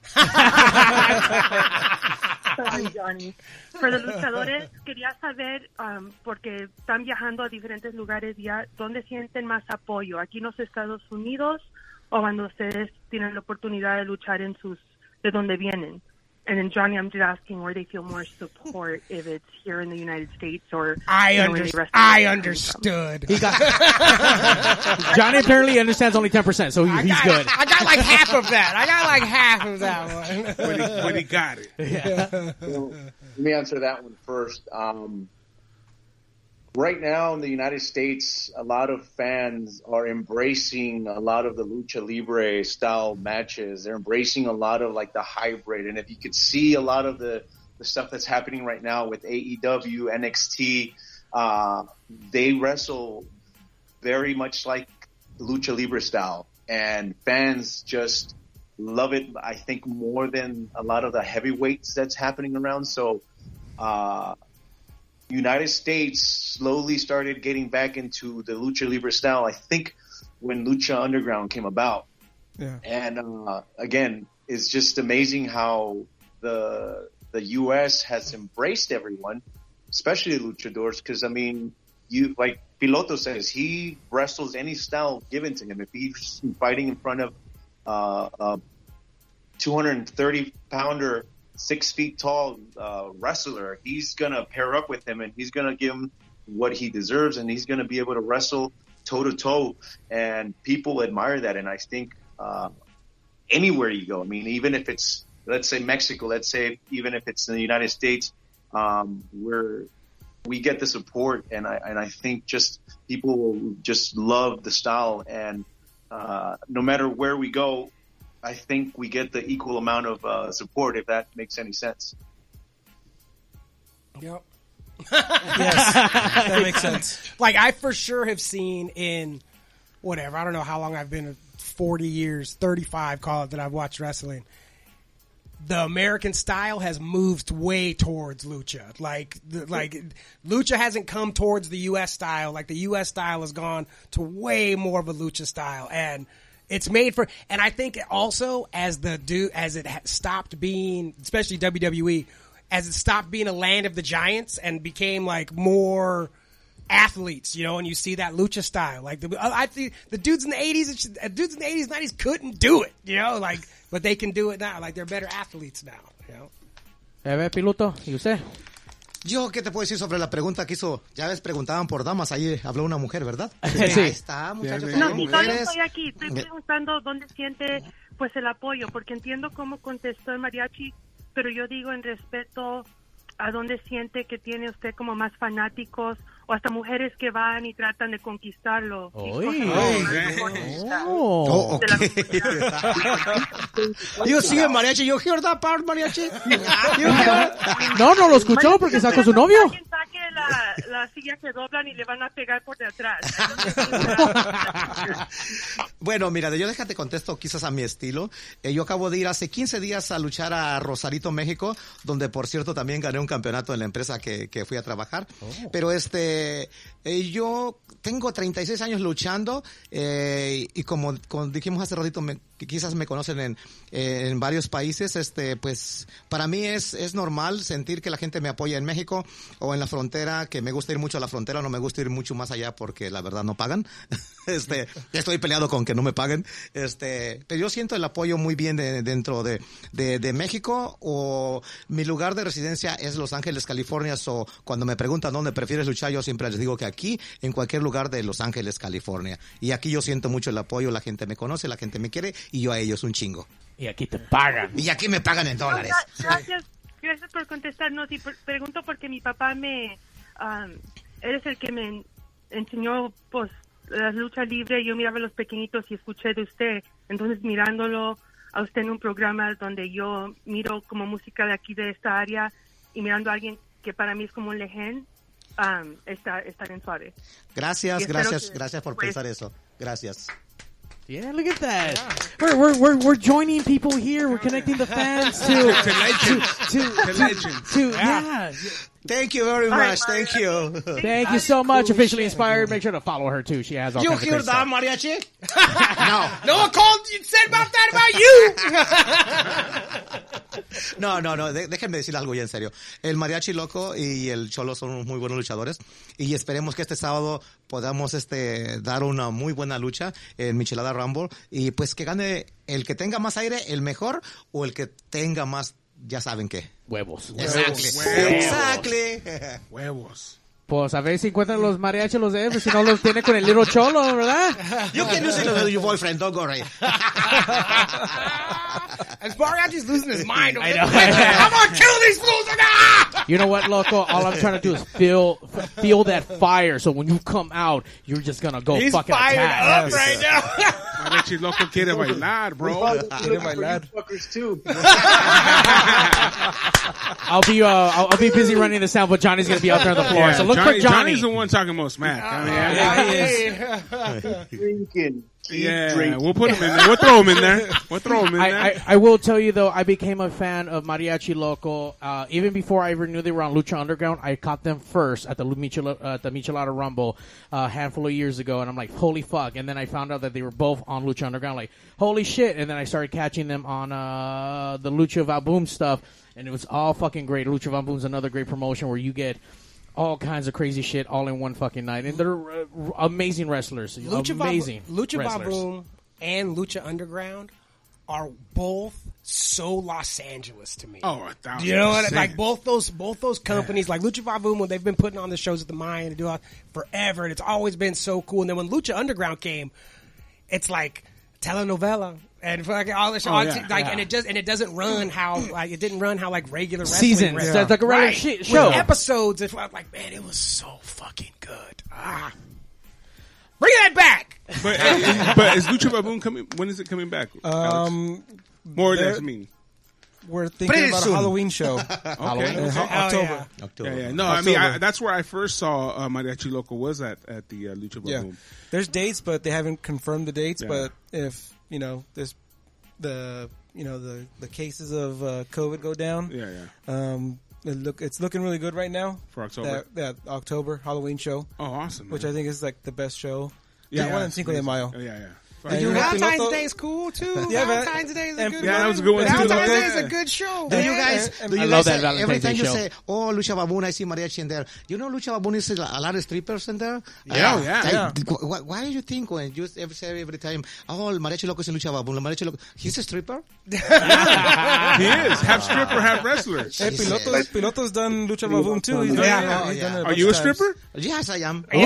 Sorry, Johnny. For los luchadores, quería saber, um, porque están viajando a diferentes lugares ya, ¿dónde sienten más apoyo? ¿Aquí en los Estados Unidos o cuando ustedes tienen la oportunidad de luchar en sus, de donde vienen? And then, Johnny, I'm just asking where they feel more support, if it's here in the United States or... I, you know, where under- the rest of the I country comes from. understood. Johnny apparently understands only ten percent, so he, he's good. I got like half of that. I got like half of that one. But he, but he got it. Well, let me answer that one first. Um, right now in the United States, a lot of fans are embracing a lot of the lucha libre style matches. They're embracing a lot of like the hybrid, and if you could see a lot of the the stuff that's happening right now with E AEW, NXT, uh, they wrestle very much like lucha libre style, and fans just love it. I think more than a lot of the heavyweights that's happening around. So, uh, United States slowly started getting back into the lucha libre style. I think when Lucha Underground came about, Yeah. and uh, again, it's just amazing how the the U.S. has embraced everyone, especially luchadors. Because I mean, you like Piloto says, he wrestles any style given to him. If he's fighting in front of uh, a 230 pounder, six feet tall uh, wrestler, he's gonna pair up with him and he's gonna give him what he deserves, and he's gonna be able to wrestle toe to toe. And people admire that, and I think. Uh, anywhere you go. I mean, even if it's let's say Mexico, let's say even if it's in the United States, um, we're we get the support, and I and I think just people will just love the style, and uh, no matter where we go, I think we get the equal amount of uh, support if that makes any sense. Yep. That makes sense. like I for sure have seen in whatever I don't know how long I've been forty years, thirty five call it that I've watched wrestling. The American style has moved way towards lucha. Like the, like lucha hasn't come towards the U.S. style. Like the U.S. style has gone to way more of a lucha style and. It's made for, and I think also as the do as it ha- stopped being, especially WWE, as it stopped being a land of the giants and became like more athletes, you know, and you see that lucha style. Like the I think the dudes in the eighties, and sh- uh, dudes in the eighties, nineties couldn't do it, you know, like but they can do it now. Like they're better athletes now, you know. A ver, piloto, ¿y usted? Yo, ¿qué te puedo decir sobre la pregunta que hizo? Ya ves, preguntaban por damas, ahí habló una mujer, ¿verdad? Sí. Ahí está, Ah, muchachos. Sí, No, son si solo mujeres. estoy aquí, estoy preguntando dónde siente pues el apoyo, porque entiendo cómo contestó el mariachi, pero yo digo en respeto a dónde siente que tiene usted como más fanáticos o hasta mujeres que van y tratan de conquistarlo. y Oy. cosas más Oy, man. importantes Oh, Oh, de la ok. comunidad. Yo sí, el mariachi. Yo hear that part, mariachi. You hear- no, no lo escuchó porque está con su novio. Alguien saque la, la silla que doblan y le van a pegar por detrás. Bueno, mira, yo déjate contesto quizás a mi estilo. Eh, yo acabo de ir hace 15 días a luchar a Rosarito, México, donde por cierto también gané un campeonato en la empresa que, que fui a trabajar. Pero este, eh, yo tengo 36 años luchando eh, y como, como dijimos hace ratito, me- que quizás me conocen en, eh, en varios países, este, pues para mí es, es normal sentir que la gente me apoya en México o en la frontera, que me gusta gusta ir mucho a la frontera, no me gusta ir mucho más allá porque la verdad no pagan. Este, estoy peleado con que no me paguen. Este, pero yo siento el apoyo muy bien de- dentro de, de- de México o mi lugar de residencia es Los Ángeles, California. So, cuando me preguntan dónde prefieres luchar, yo siempre les digo que aquí, en cualquier lugar de Los Ángeles, California. Y aquí yo siento mucho el apoyo, la gente me conoce, la gente me quiere y yo a ellos un chingo. Y aquí te pagan. Y aquí me pagan en dólares. Gra- Gracias, gracias por contestarnos y per- pregunto porque mi papá me, am, eres el que me en- enseñó pues la lucha libre. Yo miraba a los pequeñitos y escuché de usted, entonces mirándolo a usted en un programa donde yo miro como música de aquí de esta área y mirando a alguien que para mí es como un legend, am, está está bien suave. Gracias, Y espero gracias, que, gracias por pues, pensar eso. Gracias. Yeah, look at that. We're, we're, we're, we're joining people here. We're connecting the fans to to to, to, to- yeah. Thank you very All right, much. Mario. Thank you. Thank you so much. Officially inspired. Make sure to follow her too. She has all You kinds of hear great that, stuff. mariachi? No one called you said about that about you. No, no, no. de- déjenme decir algo ya en serio. El mariachi loco y el cholo son unos muy buenos luchadores y esperemos que este sábado podamos este dar una muy buena lucha en Michelada Rumble y pues que gane el que tenga más aire, el mejor o el que tenga más, ya saben qué. Huevos. Exactly. Huevos. Exactly. Huevos. Pues a ver si encuentran los mariachis los de él, si no los tiene con el little cholo, ¿verdad? You can use it with your boyfriend, don't worry. As Mariachi's losing his mind. Over I I know. I'm gonna kill these fools. Ah! You know what, loco? All I'm trying to do is feel feel that fire. So when you come out, you're just gonna go He's fucking fired attack. up right now. Mariachi loco quiere bailar, bro. Quiere bailar. Fuckers too. I'll be uh, I'll, I'll be busy running the sound, but Johnny's gonna be out there on the floor. Yeah, so look Johnny, for Johnny. Johnny's the one talking most smack. I mean, yeah, Yeah, he is. Drinking. Keep yeah, drinking. we'll put him in there. We'll throw him in there. We'll throw him in there. I, I, I will tell you though, I became a fan of Mariachi Loco uh, even before I ever knew they were on Lucha Underground. I caught them first at the Lu- Michel- uh, at the Michelada Rumble uh, a handful of years ago, and I'm like, holy fuck! And then I found out that they were both on Lucha Underground, like, holy shit! And then I started catching them on uh, the Lucha Vaboom stuff, and it was all fucking great. Lucha Vaboom's another great promotion where you get. All kinds of crazy shit all in one fucking night, and they're uh, r- amazing wrestlers. Lucha amazing, Ba- Lucha wrestlers. Baboon and Lucha Underground are both so Los Angeles to me. oh, a thousand You know what? percent. Like both those both those companies, like Lucha Vavoom, when they've been putting on the shows at the Mayan and do all, forever, and it's always been so cool. And then when Lucha Underground came, it's like telenovela and fucking all this. Oh, yeah, like, yeah. and it just and it doesn't run how like it didn't run how like regular wrestling Seasons. ran. That's like a regular Right. shi- With show. episodes. It's like man, it was so fucking good. Ah, bring that back. But, but is Lucha Baboon coming? When is it coming back? Um, more than there- I mean. We're thinking Pretty about soon. a Halloween show. Okay. Oh, Uh, Halloween. Ho- Hell October. October. Yeah, yeah. No, I mean I, October. that's where I first saw uh, Mariachi Loco was at at the uh, Lucha Yeah. Baboon. There's dates, but they haven't confirmed the dates. Yeah. But if you know this, the you know the the cases of uh, COVID go down. Yeah, yeah. Um, it look, it's looking really good right now For October. That, that October Halloween show, Oh, awesome! which man. I think is like the best show. Yeah, that yeah, one in it's Cinco de amazing. Mayo. Oh, yeah, yeah. Did you have- Valentine's Loco- Day is cool too. Yeah, but- Valentine's Day is a and- good Yeah, one. that was a good one, too, Valentine's Loco. Day is a good show. Do you man. guys? Do you I guys love that say- Valentine's every time Day you show. say, "Oh, Lucha Baboon," I see mariachi in there. You know, Lucha Baboon is a lot of strippers in there. Yeah, Uh, yeah, I- yeah. wh- wh- Why, do you think when you say every, say every time, "Oh, el mariachi loco is in Lucha Baboon," el mariachi loco, he's a stripper. he is half stripper, half wrestler. Hey, Jesus. Piloto's, Piloto's done Lucha Baboon too. He's done, Yeah. it- he's Yeah. done it Are bunch you a of times. stripper? Yes, I am. Oh.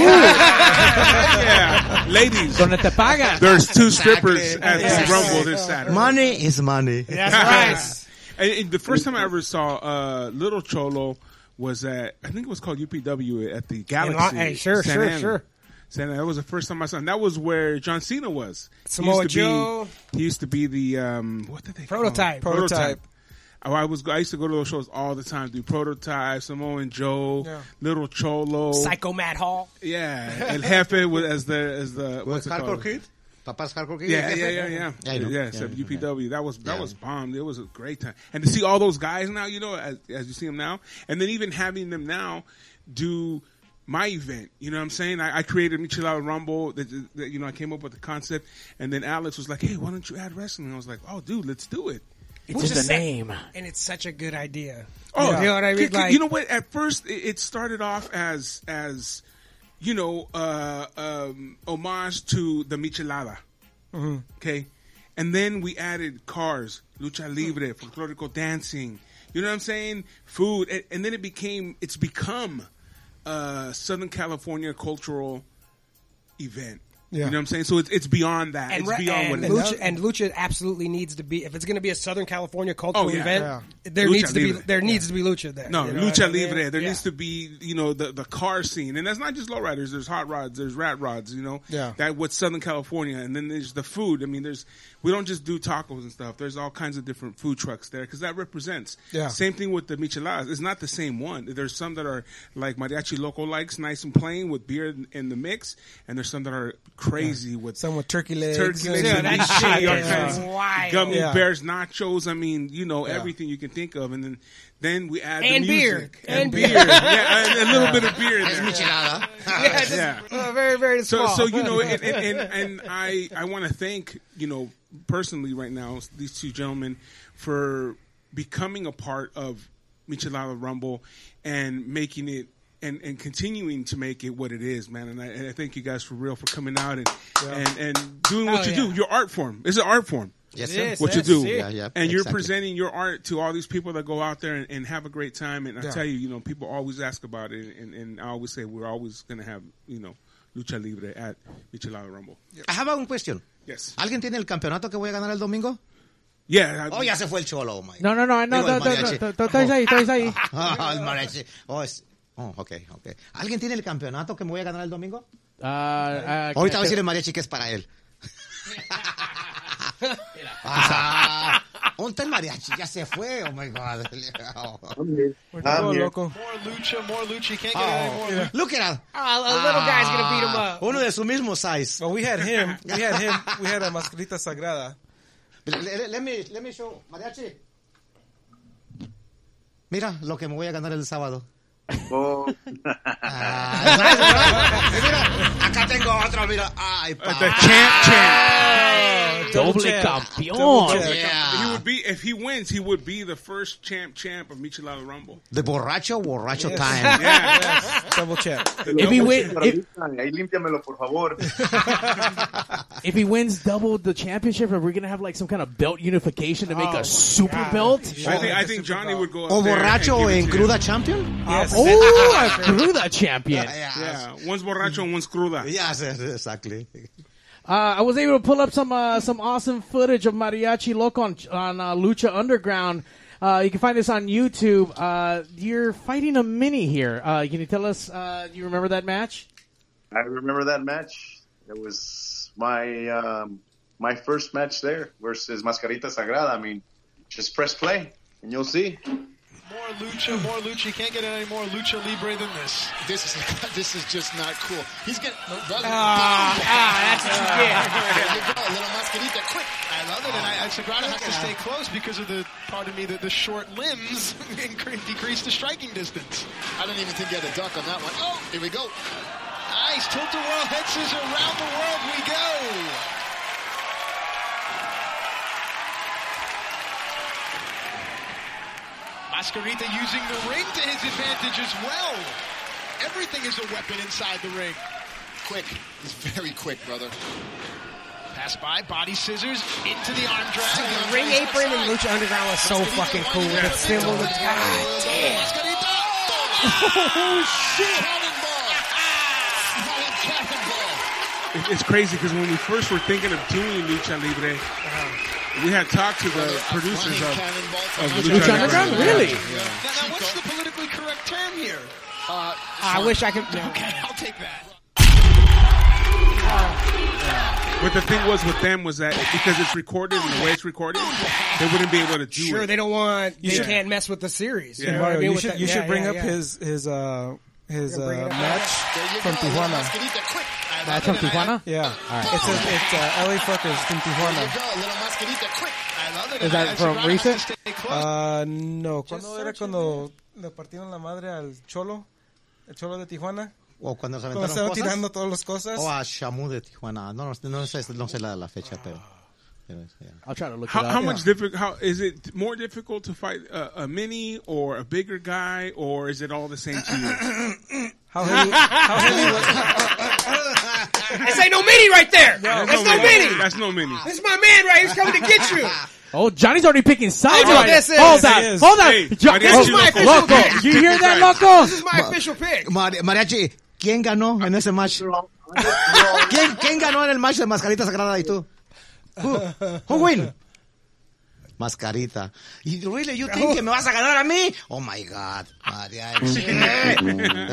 yeah, ladies. Donde te pagan. There's two strippers at Yes. the Rumble this Saturday. Money is money. That's And, and the first time I ever saw uh, Little Cholo was at I think it was called UPW at the Galaxy. hey, sure, Santa sure, Ana. sure. Santa Ana. That was the first time I saw him. That was where John Cena was. He Samoa used to Joe. Be, he used to be the um, what did they call him? Prototype. Prototype. Oh, I was I used to go to those shows all the time. Do Prototype, Samoa and Joe, Yeah. Little Cholo, right. Psycho Matt Hall. yeah, El Jefe was as the as the what's it Hardcore called? Kid. Papás Hardcore Kid. Yeah, yeah, yeah, yeah. I know. Yes, Yeah, at yeah, yeah. UPW. That was that Yeah. was bombed. It was a great time, and to see all those guys now, you know, as, as you see them now, and then even having them now do my event. You know what I'm saying? I, I created Michelada Rumble. That, that, you know, I came up with the concept, and then Alex was like, "Hey, why don't you add wrestling?" And I was like, "Oh, dude, let's do it." It's Which is in the sad. name. and it's such a good idea. Oh, you know what I c- mean? c- Like, you know what? At first, it, it started off as as you know uh, um, homage to the michelada. Mm-hmm. Okay, and then we added cars, Hmm. lucha libre, folklorico dancing. You know what I'm saying? Food, and, and then it became it's become uh, Southern California cultural event. Yeah. You know what I'm saying? So it's, it's beyond that. and, it's re- beyond and, what it and is. lucha, and lucha absolutely needs to be if it's going to be a Southern California cultural Oh, yeah. event. Yeah. There Lucha needs to be libre. there needs to be lucha there. No, you know lucha what I mean? libre. There Yeah. needs to be, you know, the, the car scene, and that's not just lowriders. There's hot rods. There's rat rods. You know, Yeah. That what's Southern California, and then there's the food. I mean, there's we don't just do tacos and stuff. There's all kinds of different food trucks there because that represents. Yeah. Same thing with the micheladas. It's not the same one. There's some that are like mariachi loco likes, nice and plain with beer in, in the mix, and there's some that are crazy with Some with turkey legs. turkey legs, and- Yeah, that and shit all is kinds of wild. gummy Yeah. bears, nachos. I mean, you know, everything you can think of, and then then we add And the beer. music. And beer, yeah, and a little bit of beer in there. Michelada. Yeah, just, Yeah. uh, very very So, small. so you know, and, and, and, and I, I want to thank you know personally right now these two gentlemen for becoming a part of Michelada Rumble and making it and, and continuing to make it what it is, man. And I, and I thank you guys for real for coming out and and, and doing what Hell you yeah. do. Your art form It's an art form. Yes, It sir. is. What you Yes, do, sí. Yeah, yeah, and you're exactly. presenting your art to all these people that go out there and, and have a great time. And I tell you, you know, people always ask about it, and, and I always say we're always going to have, you know, lucha libre at Michelada Rumble. I have one question. Yes. Ah, ¿Alguien tiene el campeonato que voy a ganar el domingo? Yeah. I- Oh, ya se fue el cholo, oh my. No, no, no, no, Digo, no, el no, no, mariachi. no, no, estáis ahí, estáis ahí. Ah, el mariachi. Oh, es... Oh, ok, ok. ¿Alguien tiene el campeonato que me voy a ganar el domingo? Ah, ah, Ahorita que- voy a decir el mariachi que es para él. ah, ¿Dónde el mariachi? Ya se fue, oh my God. Oh, I'm here. Oh, I'm here. loco. More lucha, more lucha. You can't get any more lucha. Ah, look at that. Ah, a little guy's gonna beat him Ah, up. Uno de su mismo size. Well, we had him. We had him. We had a mascarita sagrada. Le- le- Let, me, let me show, mariachi. Mira lo que me voy a ganar el sábado. Oh, Ah, mira, acá tengo otro, mira. Ay, pa. the champ, champ. Doble campeón. Yeah. He would be if he wins. He would be the first champ, champ of Michelada Rumble. The borracho, borracho Yes. time. Yeah. Double check. If he, win, para if, mí, ahí límpiamelo, por favor. if he wins double the championship, are we gonna have like some kind of belt unification to make a super belt? I think I think Johnny would go. Up O there and Oh, borracho give o it en to him. cruda champion. Yes. Oh, a cruda champion. Yeah. Yeah, one's borracho and one's cruda. Yes, exactly. Uh, I was able to pull up some uh, some awesome footage of Mariachi Loco on, on uh, Lucha Underground. Uh, you can find this on YouTube. Uh, you're fighting a mini here. Uh, can you tell us? Uh, you remember that match? I remember that match. It was my um, my first match there versus Mascarita Sagrada. I mean, just press play and you'll see. More lucha, more lucha. You can't get any more lucha libre than this. This is this is just not cool. He's getting no, brother. Ah, ah, that's what you get. There you go, little mascarita, quick. I love it, and I, I Sagrada has to Yeah. stay close because of the pardon me the, the short limbs incre- decrease the striking distance. I don't even think he had a duck on that one. Oh, here we go. Nice tilt the world head scissors around the world we go. Mascarita using the ring to his advantage as well. Everything is a weapon inside the ring. Quick. He's very quick, brother. Pass by, body scissors into the arm The drag. ring apron and Lucha Underground was so fucking cool with the symbol. With God damn. Mascarita. Oh shit! Cannonball. Solid cannonball. It- It's crazy because when we first were thinking of doing lucha libre, we had talked to the producers Running of, cannonball from of Lucha lucha, Underground? Really? Now, now, what's the politically correct term here? I wish I could. No. Okay, I'll take that. But the thing was with them was that because it's recorded and the way it's recorded, they wouldn't be able to do Sure, it. they don't want. They should- can't mess with the series. Yeah. You know what I Mario, mean? you With should that- you yeah, should bring yeah, up yeah. his his uh his uh, bring it up. match There you from go, little Tijuana. Mascarita, quick. I love That's it, and from I- Tijuana. Yeah, it says it's uh, LA fuckers from There you Tijuana. go, little mascarita, quick. I love it. Is that I- I- from Sagrada has to recent? stay close. Uh, no, ¿cuándo era cuando le partieron la madre al cholo, el cholo de Tijuana? O cuando se Cuando aventaron estaba cosas. Oh, tirando todas las cosas. O a Shamu de Tijuana. No, no, no sé, no sé la, la fecha, pero. Anyways, yeah. I'll try to look How, it up. how much difficult? How is it more difficult to fight a, a mini or a bigger guy, or is it all the same to you? How heavy? how heavy was, That's ain't no mini right there. That's no mini. That's no mini. That's my man right. He's coming to get you. Oh, Johnny's already picking sides I know right this now. is- Hold this on, is. hold on. Hey, Jo- Mariachi Loco, Loco. Loco, Loco. you hear that, Loco? This is my official pick. Mari- Mariachi, ¿quién ganó en ese match? ¿Quién, ¿Quién ganó en el match de Mascarita Sagrada y tú? Who, who win? Mascarita. You really you think que me vas a ganar a mí? Oh my god. Ah, Mariachi.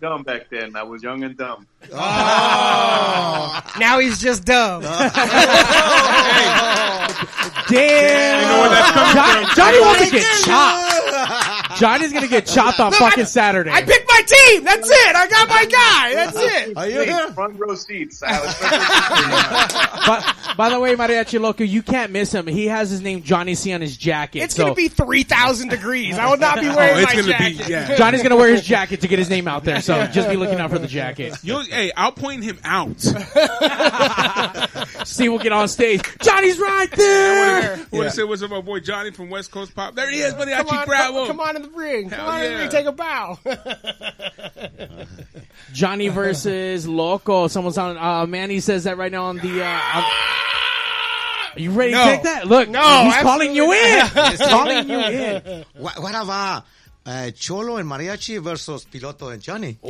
dumb back then. I was young and dumb. Now he's just dumb. Damn. You know where that's coming Jo- from. Johnny wants to get chopped. Johnny's gonna get chopped on fucking Saturday. I picked my team. That's it. I got my guy. That's it. Are you Hey, here? front row seats. I was front row seats. by, by the way, Mariachi Loco, you can't miss him. He has his name Johnny C on his jacket. It's so gonna be three thousand degrees. I will not be Oh, wearing it's my gonna jacket. be yeah. Johnny's gonna wear his jacket to get his name out there. So just be looking out for the jacket. You'll, hey, I'll point him out. See, we'll get on stage. Johnny's right there. I want to say what's up, my boy Johnny from West Coast Pop. There he is, buddy. Come on, Bravo. come, come on in the ring. Come Hell on in the yeah. ring. Take a bow. Johnny versus Loco. Someone's on. Uh, Manny says that right now on the. Uh, on- Are you ready No. to take that? Look, No, he's calling you in. absolutely He's calling you in. What, what about uh, Cholo and Mariachi versus Piloto and Johnny? Ah,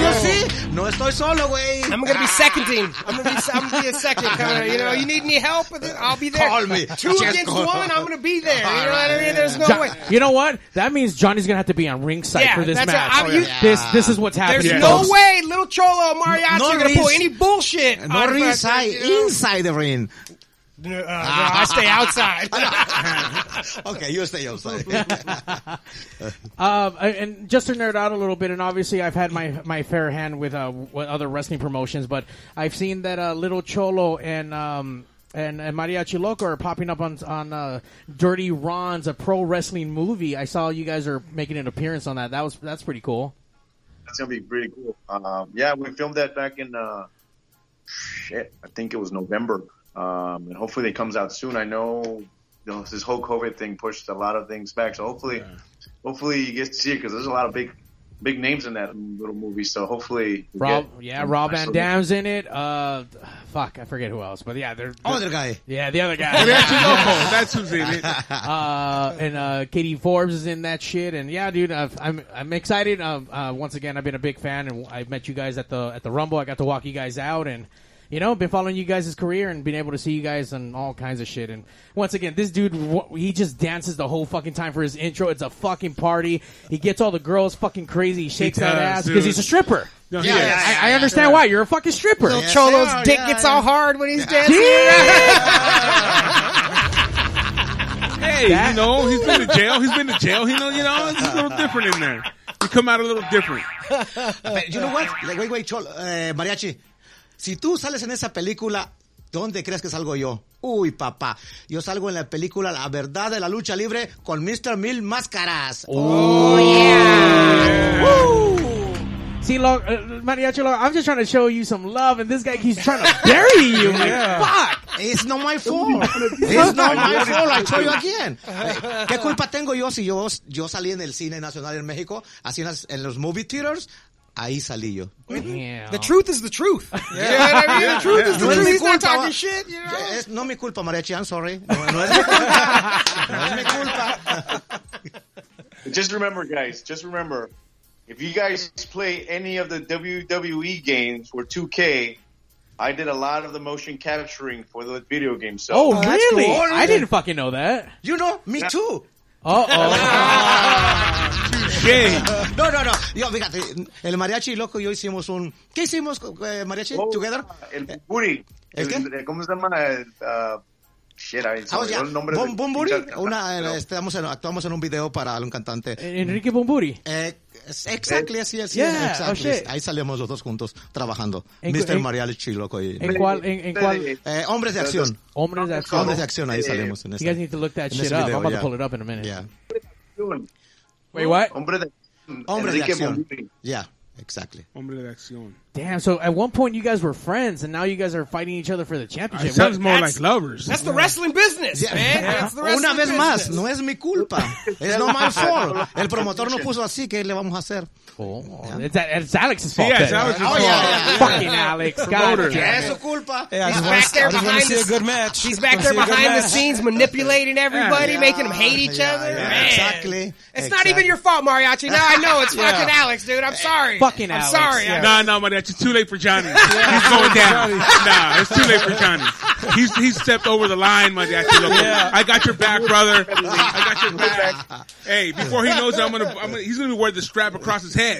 yo sí. No estoy solo, güey. Ah. I'm gonna be seconding. I'm gonna be. I'm gonna be a second. Kinda, you know, you need any help? with it? I'll be there. Call me. Two Just against call. one. I'm gonna be there. You know All what I right. mean? There's no Jo- way. you know what? That means Johnny's gonna have to be on ringside Yeah, for this that's it. match. I'm- you- This this is what's happening. There's Yeah. no folks. way, little Cholo or Mariachi No are gonna pull risk. any bullshit. No on- ringside, you know? inside the ring. No, uh, no, I stay outside. Okay, you Ah. stay outside. Um, and- and just to nerd out a little bit, and obviously I've had my my fair hand with uh with other wrestling promotions, but I've seen that uh, Little Cholo and um and, and Mariachi Loco are popping up on on uh, Dirty Ron's a pro wrestling movie. I saw you guys are making an appearance on that. That was that's pretty cool. That's gonna be pretty cool. Um, yeah, we filmed that back in uh, shit. I think it was November, um, and hopefully it comes out soon. I know, you know this whole COVID thing pushed a lot of things back, so hopefully, hopefully you get to see it because there's a lot of big, big names in that little movie. So hopefully, we Rob, get- yeah, Rob Van Absolutely. Dam's in it. Uh, fuck, I forget who else, but yeah, they're, Other guy. yeah the other guy. That's who's loco. That's who's in it. uh, and uh, Katie Forbes is in that shit. And yeah, dude, I've, I'm I'm excited. Um, uh, once again, I've been a big fan, and I met you guys at the at the Rumble. I got to walk you guys out, and you know, been following you guys' career and been able to see you guys and all kinds of shit. And once again, this dude, wh- he just dances the whole fucking time for his intro. It's a fucking party. He gets all the girls fucking crazy. He shakes that does, ass because dude. he's a stripper. No, Yeah, he is. yeah, I, I understand why you're a fucking stripper. Little Cholo's yeah, dick yeah, gets yeah. all hard when he's dancing. Hey, you know, he's been to jail. He's been to jail. He know, you know, it's a little different in there. You come out a little different. But you know what? Like, wait, wait, Cholo, eh, mariachi. Si tú sales en esa película, ¿dónde crees que salgo yo? Uy, papá. Yo salgo en la película La Verdad de la Lucha Libre con Mr. Mil Máscaras. Oh, Oh, See, Lo- uh, Mariachi, Lo- I'm just trying to show you some love, and this guy keeps trying to bury you. Like, fuck. It's not my fault. It's not my fault. I told you again. Eh, ¿Qué culpa tengo yo si yo, yo salí en el cine nacional en México, así en, las- en los movie theaters? Ahí salí yo. Damn. The truth is the truth. You know what I mean? The truth is the No es truth. mi He's not culpa. talking shit, you know? Es- no mi culpa, mariachi. I'm sorry. No, no es mi culpa. No es mi culpa. Just remember, guys. Just remember, if you guys play any of the WWE games or 2K, I did a lot of the motion capturing for the video game. So Oh, really? cool. I didn't fucking know that. You know, me too. Uh oh. Jay, No, no, no. Yo, fíjate, el mariachi loco y yo hicimos un. ¿Qué hicimos, eh, mariachi? Oh, Together. Eh, El Bumburi. ¿El qué? El- ¿Cómo se llama? El, ah, shit, ahí se Ah, me o sea, olvidó el nombre Bum- de- Bumburi, muchacha. una, eh, Pero- estamos en- actuamos en un video para un cantante. Enrique Bumburi. Eh, es- exactly, así es. Yeah, oh, exactly. shit. Ahí salíamos los dos juntos trabajando. En- Mr. en- mariachi loco y. En cuál? En, en cuál? Eh, hombres de acción. Hombres de Hombres de acción. acción, ahí salimos. En You guys este. need to look that En shit ese up. video, I'm about to yeah. pull it up in a minute. Yeah. Wait, what? Hombre de, Hombres de Enrique acción. Bumburi. Yeah, exactly. hombre de acción. Damn. So at one point you guys were friends, and now you guys are fighting each other for the championship. sounds What- more that's- like lovers. That's the wrestling business, Yeah. man. That's the wrestling Una vez business. más, no es mi culpa. Es no my fault. El promotor nos puso así, ¿qué le vamos a hacer? Oh, it's, it's Alex's fault. yeah, then. it's Alex's Oh, fault. yeah, Fucking Alex. Eh, God Promoter. damn Es it. su culpa. Yeah, I He's just back wanna- there I just wanna behind see a the- good match. I He's back wanna see a there good behind the match. scenes, manipulating everybody, Yeah. making them hate each Yeah, other. yeah, Man. exactly. It's not Exactly. even your fault, Mariachi. Now I know it's fucking Alex, dude. I'm sorry. Fucking I'm Alex, sorry. yeah. I- Nah, nah, my dad, it's too late for Johnny. He's going down. Nah, it's too late for Johnny. He's he stepped over the line, my dad. Yeah. I got your back, brother. I got your back. Hey, before he knows, it, I'm gonna, I'm gonna he's gonna wear the strap across his head.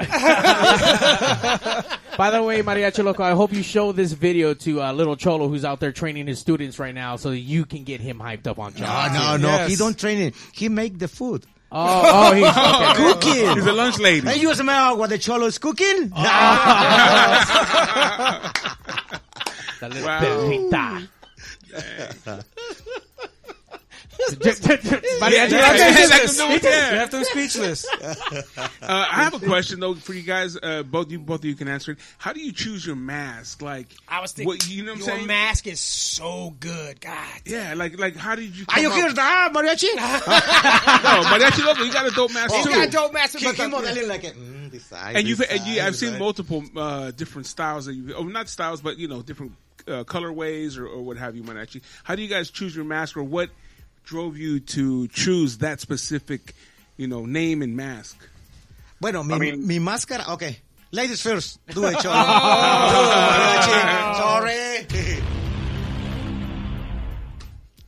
By the way, Mariachi Loco, I hope you show this video to uh, little Cholo who's out there training his students right now, so you can get him hyped up on Ah, No, John. no, no. Yes. He don't train it. He make the food. Oh, oh, he's okay. Cooking. He's a lunch lady. Oh, Hey, you smell what the cholo is cooking? The little Wow. perrita. Yeah, Mariachi yeah, Loco, yeah, he like just- no he one just- cares. You have them speechless. Uh, I have a question though for you guys. Uh, both you, both of you can answer it. How do you choose your mask? Like I was thinking, what, you know what I'm your saying? mask is so good, God. Yeah, like like how did you? Are come you up- here, ah, mariachi? No, but that's local. You got a dope mask He's too. got a dope mask, He- but he the- modeling like it. Mm, this side, and you've this and you, side, I've this seen side. multiple uh, different styles that you, oh, not styles, but you know, different uh, colorways or, or what have you. Manachi, how do you guys choose your mask, or what drove you to choose that specific, you know, name and mask? Bueno, mi, I mean- mi máscara. Okay. Ladies first. Do it, cholo. Oh. Mariachi, Sorry.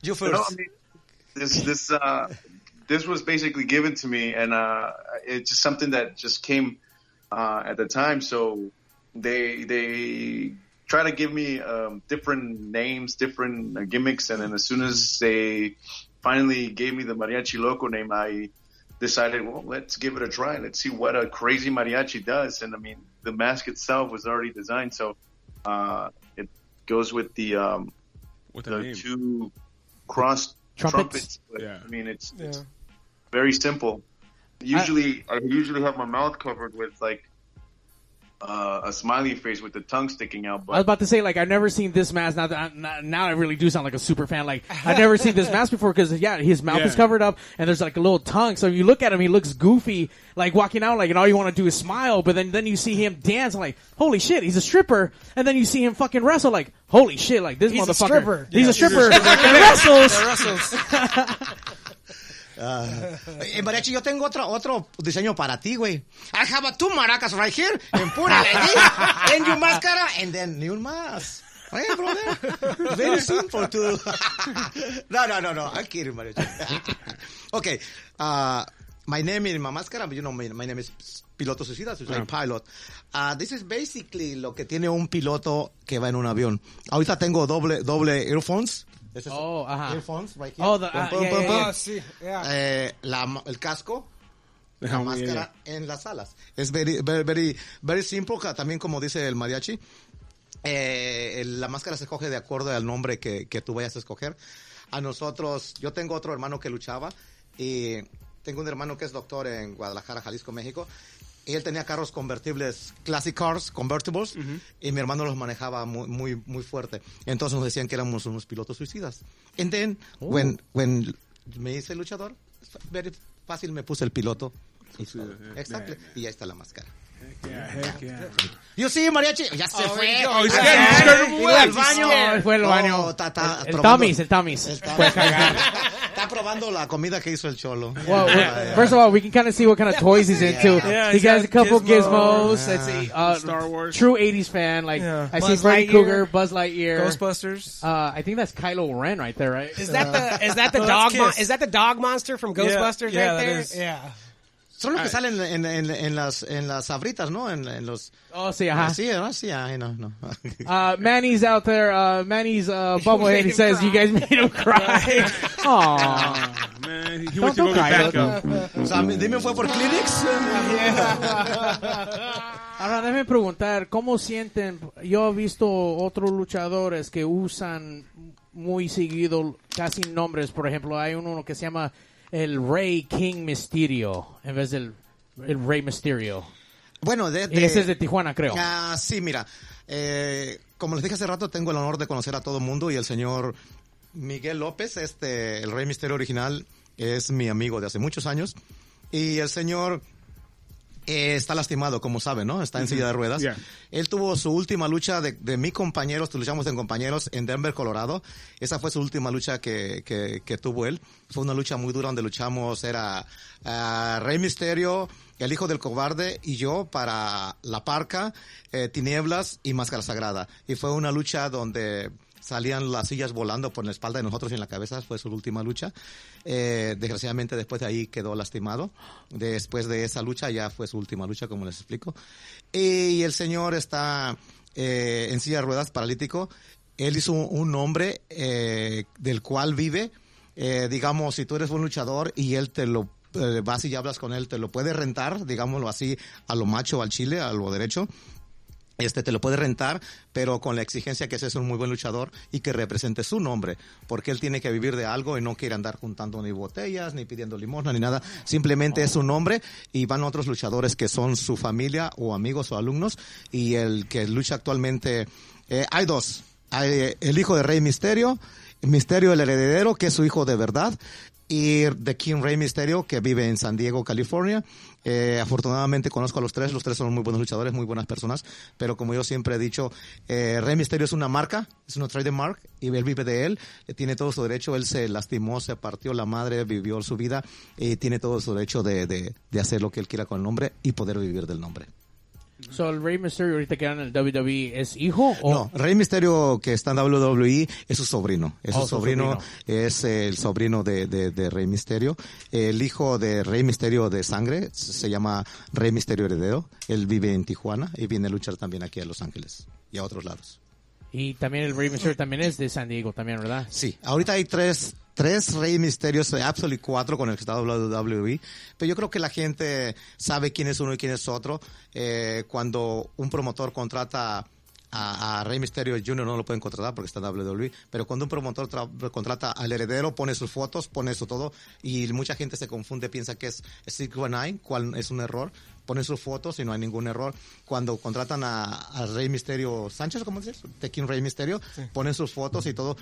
You first. No, I mean, this this uh, this was basically given to me, and uh, it's just something that just came uh, at the time. So they they try to give me um, different names, different uh, gimmicks, and then as soon as they finally gave me the mariachi loco name, I decided, well, let's give it a try. Let's see what a crazy mariachi does. And I mean, the mask itself was already designed, so uh, it goes with the um, With the two cross trumpets. Trumpets? Yeah. I mean, it's, it's Yeah. very simple. Usually, I, usually have my mouth covered with like uh, a smiley face with the tongue sticking out. I was But about to say, like, I've never seen this mask. Now, that I, now- now I really do sound like a super fan. Like, I've never seen this mask before because, yeah, his mouth is Yeah. covered up and there's like a little tongue. So you look at him, he looks goofy, like walking out, like, and all you want to do is smile. But then, then you see him dance, like, holy shit, he's a stripper. And then you see him fucking wrestle, like, holy shit, like this He's a motherfucker. stripper. He's a stripper. and wrestles. Russell's. Eh, mariachi, yo tengo otro, otro diseño para ti, güey. I have a two maracas right here, and put it like this, and your máscara, and then new mask. Hey, brother. Very simple to... no, no, no, no. I'm kidding, mariachi. okay. Uh, my name is my máscara, you know, my, my name is Piloto Suicida, so it's like pilot. Uh, this is basically lo que tiene un piloto que va en un avión. Ahorita tengo doble, doble earphones. This is Oh, ajá. Earphones right here. Oh, the- ah, yeah, yeah, yeah. Oh, see, yeah. Eh, la ma- el casco, The la helmet, yeah, máscara en las alas. Es very, very, very, very simple, ca- también como dice el mariachi. Eh, el- la máscara se escoge de acuerdo al nombre que, que tú vayas a escoger. A nosotros, yo tengo otro hermano que luchaba y tengo un hermano que es doctor en Guadalajara, Jalisco, México. Y él tenía carros convertibles, classic cars, convertibles, y mi hermano los manejaba muy, muy, muy fuerte. Entonces nos decían que éramos unos pilotos suicidas. And then, when, when me hice luchador, very fácil me puse el piloto. Suicida, yeah. Exacto. Yeah, Y ahí está la máscara. yeah. Yeah, heck yeah. Yo sí, mariachi. Ya se fue. Oh, he's scared. He's scared of Fue al what? baño. Oh, fue al No, baño. está- está El probando- tummies, el tummies. el tummy. Está probando la comida que hizo el cholo. Well, Ah, well, first of all, we can kind of see what kind of toys he's into. Yeah, he he's has a got couple Gizmo. gizmos. Let's see, uh, Star Wars. True '80s fan. Like Yeah. I see Buzz Freddy Lightyear. Cougar, Buzz Lightyear. Ghostbusters. Uh, I think that's Kylo Ren right there, right? Is that the is that the Uh, Well, dog that's mon- Kiss. is that the dog monster from Ghostbusters yeah, right that there? is. Yeah. Son Ah. los que salen en, en, en las, en las sabritas, ¿no? En, en los... Oh, see, uh-huh. Sí, ¿no? Sí, ay, no, no. Uh, Manny's out there. Uh, Manny's uh, made bubblehead. He him says cry. you guys made him cry. Aww. Ah, man, he, he went to go don't cry, back don't- up. O sea, dime, ¿fue por Kleenex? Ahora déjenme preguntar, ¿cómo sienten? Yo he visto otros luchadores que usan muy seguido casi nombres. Por ejemplo, hay uno que se llama el Rey King Mysterio en vez del el Rey Mysterio. Bueno, desde... Y ese es de Tijuana, creo. Ah, sí, mira. eh, como les dije hace rato, tengo el honor de conocer a todo el mundo y el señor Miguel López, este, el Rey Misterio original, es mi amigo de hace muchos años. Y el señor eh, está lastimado, como saben, ¿no? Está en silla de ruedas. Yeah. Él tuvo su última lucha de, de mi compañeros, luchamos en compañeros en Denver, Colorado. Esa fue su última lucha que, que, que tuvo él. Fue una lucha muy dura donde luchamos, era ah, Rey Misterio, el hijo del cobarde y yo para La Parca, eh, Tinieblas y Máscara Sagrada. Y fue una lucha donde salían las sillas volando por la espalda de nosotros y en la cabeza. Fue su última lucha. Eh, desgraciadamente después de ahí quedó lastimado. Después de esa lucha ya fue su última lucha, como les explico. Y el señor está eh, en silla de ruedas, paralítico. Él hizo un nombre eh, del cual vive. Eh, digamos, si tú eres un luchador y él te lo eh, vas y hablas con él, te lo puede rentar, digámoslo así, a lo macho, al chile, a lo derecho este te lo puede rentar, pero con la exigencia que seas un muy buen luchador y que represente su nombre, porque él tiene que vivir de algo y no quiere andar juntando ni botellas, ni pidiendo limosna, ni nada. Simplemente es su nombre y van otros luchadores que son su familia o amigos o alumnos y el que lucha actualmente, eh, hay dos, hay eh, el hijo de Rey Misterio, Misterio el heredero, que es su hijo de verdad, y de King Rey Misterio, que vive en San Diego, California. Eh, afortunadamente conozco a los tres, los tres son muy buenos luchadores, muy buenas personas, pero como yo siempre he dicho, eh, Rey Misterio es una marca, es una trademark, y él vive de él, eh, tiene todo su derecho, él se lastimó, se partió la madre, vivió su vida, y tiene todo su derecho de, de, de hacer lo que él quiera con el nombre y poder vivir del nombre. So, el Rey Mysterio ahorita que era en el WWE E, es hijo o No, Rey Misterio que está en WWE es su sobrino. Es su Oh, su sobrino, sobrino. es el sobrino de, de- de Rey Misterio. El hijo de Rey Misterio de sangre se llama Rey Misterio Heredero. Él vive en Tijuana y viene a luchar también aquí a Los Ángeles y a otros lados. y también el Rey Mysterio también es de San Diego también, ¿verdad? Sí, ahorita hay tres, tres Rey Misterios, eh, Absolute cuatro con el que está WWE, pero yo creo que la gente sabe quién es uno y quién es otro. Eh, cuando un promotor contrata a, a Rey Misterio Jr. no lo pueden contratar porque está en WWE, pero cuando un promotor tra- contrata al heredero, pone sus fotos, pone su todo, y mucha gente se confunde, piensa que es 619, cual es un error, ponen sus fotos y no hay ningún error. Cuando contratan a, a Rey Misterio Sánchez, ¿cómo dices? The King Rey Misterio, ponen sus fotos y todo.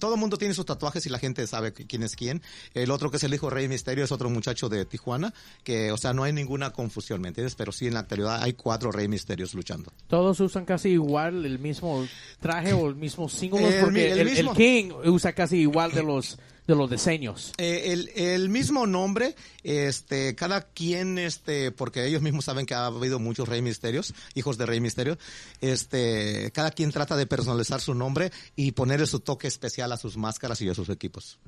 Todo el mundo tiene sus tatuajes y la gente sabe que- quién es quién. El otro que es el hijo de Rey Misterio es otro muchacho de Tijuana, que, o sea, no hay ninguna confusión, ¿me entiendes? Pero sí, en la actualidad hay cuatro Rey Misterios luchando. Todos usan casi igual el mismo traje o el mismo símbolo El mi- porque el el, el mismo. King usa casi igual de los de los diseños. Eh, el, el mismo nombre, este, cada quien, este, porque ellos mismos saben que ha habido muchos Rey Misterios, hijos de Rey Misterio, este, cada quien trata de personalizar su nombre y ponerle su toque especial a sus máscaras y a sus equipos.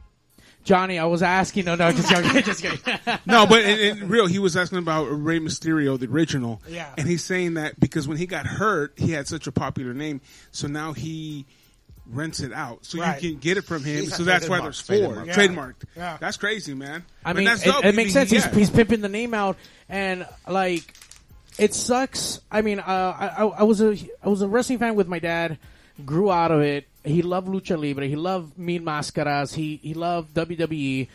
Johnny, I was asking. No, no, just kidding. Just kidding. No, but in, in real, he was asking about Rey Mysterio, the original. Yeah. And he's saying that because when he got hurt, he had such a popular name, so now he rents it out, so Right. you can get it from him. He's so a that's why trademark, there's four trademark. trademarked. Yeah. Yeah. That's crazy, man. I But mean, that's it, dope. it I makes mean, sense. He's, yeah. he's pimping the name out, and like, it sucks. I mean, uh, I, I I was a I was a wrestling fan with my dad. Grew out of it. He loved lucha libre. He loved mean mascaras. He he loved WWE.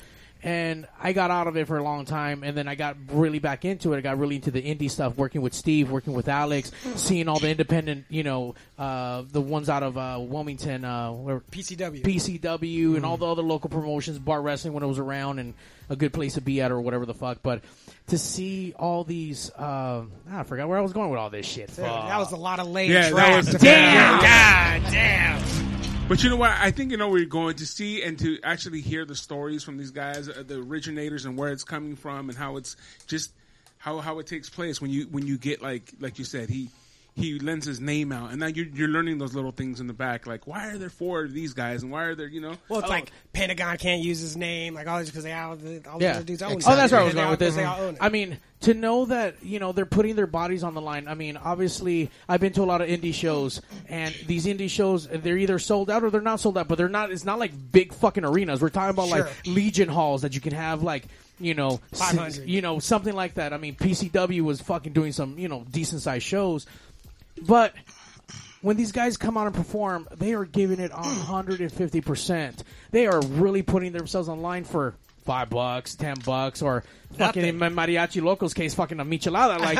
And I got out of it for a long time, and then I got really back into it. I got really into the indie stuff, working with Steve, working with Alex, seeing all the independent, you know, uh, the ones out of uh, Wilmington, uh, where, PCW. PCW Mm-hmm. and all the other local promotions, bar wrestling when it was around, and a good place to be at or whatever the fuck. But to see all these, uh, I forgot where I was going with all this shit. Dude, that was a lot of late Yeah, that trash. was- damn, god damn. But you know what? I think you know where you're going to see and to actually hear the stories from these guys, uh, the originators, and where it's coming from, and how it's just how how it takes place when you when you get like like you said he. He lends his name out, and now you're, you're learning those little things in the back, like why are there four of these guys, and why are there, you know? Well, Oh. it's like Pentagon can't use his name, like all these because they all the all the Yeah. other dudes own Oh, it. that's where I was They going all- with this. They all own it. I mean, to know that you know they're putting their bodies on the line. I mean, obviously, I've been to a lot of indie shows, and these indie shows they're either sold out or they're not sold out. But they're not. It's not like big fucking arenas. We're talking about Sure. like Legion halls that you can have like. You know, s- 500. you know something like that. I mean, PCW was fucking doing some you know decent sized shows, but when these guys come out and perform, they are giving it 150%. They are really putting themselves on line for five bucks, ten bucks, or fucking in my mariachi locals case, fucking a michelada, like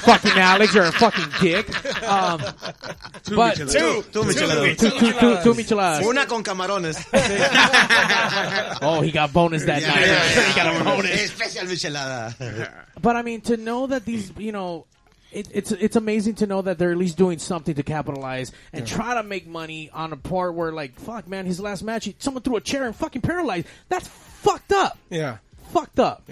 fucking Alex, you're a fucking dick. Um, but micheladas. two, Tú, Micheladas. two, two, two, two micheladas. Una con camarones. Oh, he got bonus that night. he got a bonus. Especial michelada. But I mean, to know that these, you know, it, it's it's amazing to know that they're at least doing something to capitalize and try to make money on a part where, like, fuck, man, his last match, he, someone threw a chair and fucking paralyzed. That's fucked up. Yeah. Fucked up.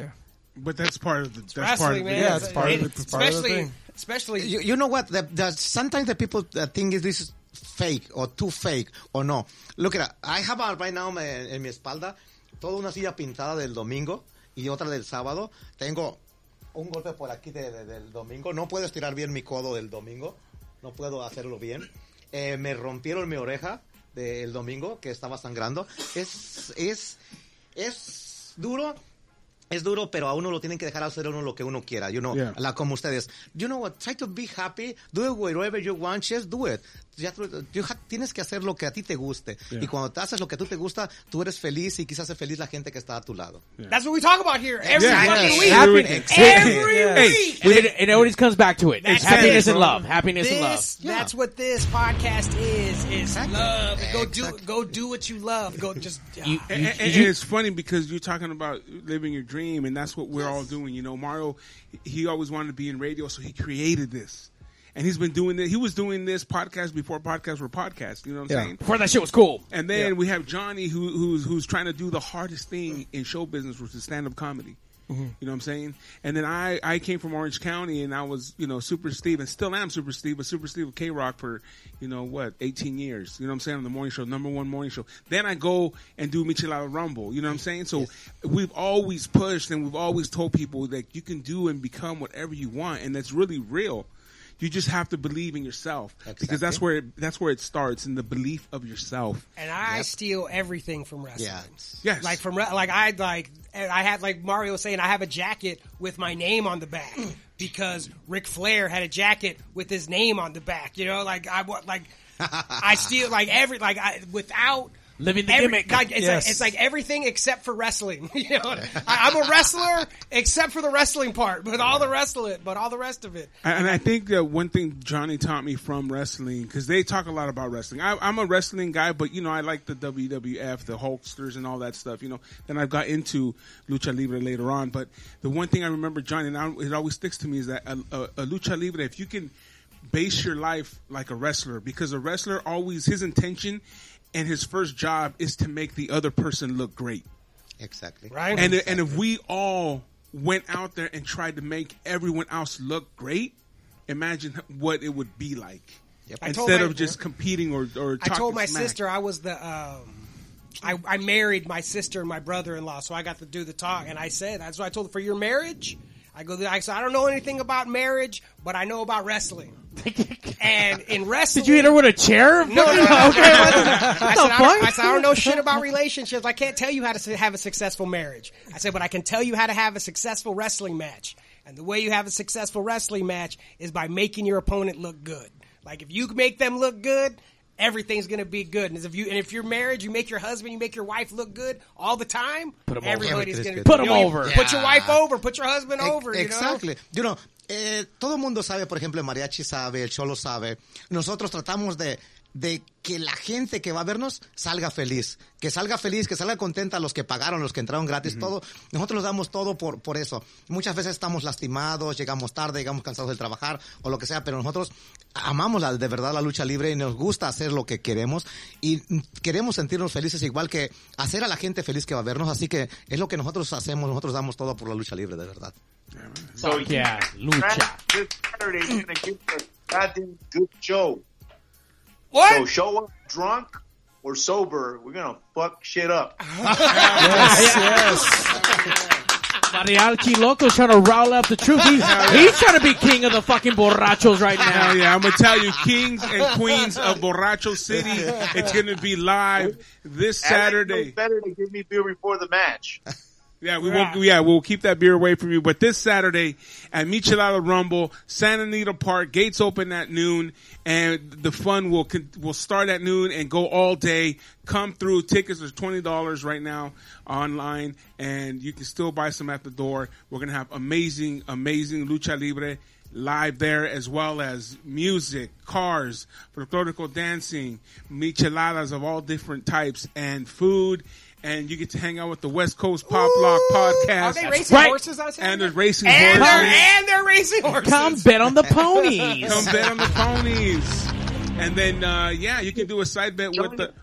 But that's part of the that's part Wrestling, of the, man. yeah, it's part of it- the- it's part of the especially, thing. especially you, you know what? The, the, sometimes the people that think is this is fake or too fake or no. Look at that. I have uh, right now my- en mi espalda toda una silla pintada del domingo y otra del sábado. Tengo un golpe por aquí de- de- del domingo. No puedo estirar bien mi codo del domingo. No puedo hacerlo bien. Eh, me rompieron mi oreja del domingo que estaba sangrando. Es, es, es duro. Es duro, pero a uno lo tienen que dejar hacer uno lo que uno quiera. You know, Yeah. la como ustedes. You know what? Try to be happy. Do it wherever you want. Just do it. Ya tú- you ha- tienes que hacer lo que a ti te guste. Y cuando te haces lo que a tú te gusta, tú eres feliz y quizás es feliz la gente que está a tu lado. that's what we talk about here every Yeah. fucking Yeah. week. Every Happiness. week. Every Yeah. week. And it, it always comes back to it. It's That's happiness it. and love. Happiness and love. This, Yeah. that's what this podcast is, is Exactly. love. Go do, Exactly. go do what you love. Go just, You- And, and- you- and it's funny because you're talking about living your dream, and that's what we're all doing. You know, Mario, he always wanted to be in radio, so he created this, and he's been doing it. He was doing this podcast before podcasts were podcasts. You know what I'm Yeah. saying? Before that shit was cool. And then we have Johnny, who, who's who's trying to do the hardest thing in show business, which is stand up comedy. You know what I'm saying? And then I, I came from Orange County, and I was you know Super Steve, and still am Super Steve, but Super Steve of K Rock for you know what 18 years. You know what I'm saying on the morning show, number one morning show. Then I go and do Michelada Rumble. You know what I'm saying? So we've always pushed, and we've always told people that you can do and become whatever you want, and that's really real. You just have to believe in yourself because that's where it, that's where it starts in the belief of yourself. and I steal everything from wrestling. Yeah. Yes. Like from re- like I like and I had like Mario was saying I have a jacket with my name on the back because Ric Flair had a jacket with his name on the back. You know, like I want like I steal like every like I without. Living the every- gimmick. like, it's, Yes. like, it's like everything except for wrestling. You know, I, I'm a wrestler except for the wrestling part, but all the wrestling, but all the rest of it. And I think that one thing Johnny taught me from wrestling, because they talk a lot about wrestling. I, I'm a wrestling guy, but you know I like the WWF, the Hulksters, and all that stuff. You know, then I've got into lucha libre later on. But the one thing I remember, Johnny, and I, it always sticks to me, is that a, a, a lucha libre, if you can base your life like a wrestler, because a wrestler always his intention and his first job is to make the other person look great. Exactly. Right? And and if we all went out there and tried to make everyone else look great, imagine what it would be like. I told Instead my- of just competing or or I told talking my smack. sister I was the. Um, I, I married my sister and my brother in law, so I got to do the talk. And I said, that's what I told her for your marriage. I go, I said, I don't know anything about marriage, but I know about wrestling. and in wrestling, Did you hit her with a chair? No, no, no. okay. What the, I, what said, the I, don't, fuck? I said, I don't know shit about relationships. I can't tell you how to s- have a successful marriage. I said, but I can tell you how to have a successful wrestling match. And the way you have a successful wrestling match is by making your opponent look good. Like if you make them look good, everything's gonna be good. And if you and if you're married, you make your husband, you make your wife look good all the time. Put them over. everybody's Everything's good. gonna Put you 'em know, you over. Put your Yeah. wife over. Put your husband Ex- over. You know. Exactly. You know, eh, todo el mundo sabe, por ejemplo, el mariachi sabe, el cholo sabe. Nosotros tratamos de, de que la gente que va a vernos salga feliz, que salga feliz, que salga contenta los que pagaron, los que entraron gratis, todo. Nosotros lo damos todo por, por eso. Muchas veces estamos lastimados, llegamos tarde, llegamos cansados del trabajar o lo que sea, pero nosotros amamos la- de verdad la lucha libre y nos gusta hacer lo que queremos y mm, queremos sentirnos felices igual que hacer a la gente feliz que va a vernos. Así que es lo que nosotros hacemos, nosotros damos todo por la lucha libre, de verdad. So Fuck yeah, Brad, lucha. This Saturday, you're gonna give us a goddamn good show. What? So show up drunk or sober. We're gonna fuck shit up. Mariachi Loco's trying to rile up the truth. He's, he's trying to be king of the fucking borrachos right now. Hell yeah, I'm gonna tell you, kings and queens of Borracho City. It's gonna be live this Alex knows Saturday. better to give me beer before the match. Yeah, we will. Yeah, we'll keep that beer away from you. But this Saturday at Michelada Rumble, Santa Anita Park, gates open at noon, and the fun will con- will start at noon and go all day. Come through. Tickets are twenty dollars right now online, and you can still buy some at the door. We're gonna have amazing, amazing lucha libre live there, as well as music, cars, folklorical dancing, micheladas of all different types, and food. And you get to hang out with the West Coast Pop Lock podcast. Are they racing right. horses out here? And there's racing and they're, horses. and they're racing horses. Come bet on the ponies. Come bet on the ponies. And then, uh, yeah, you can do a side bet with the.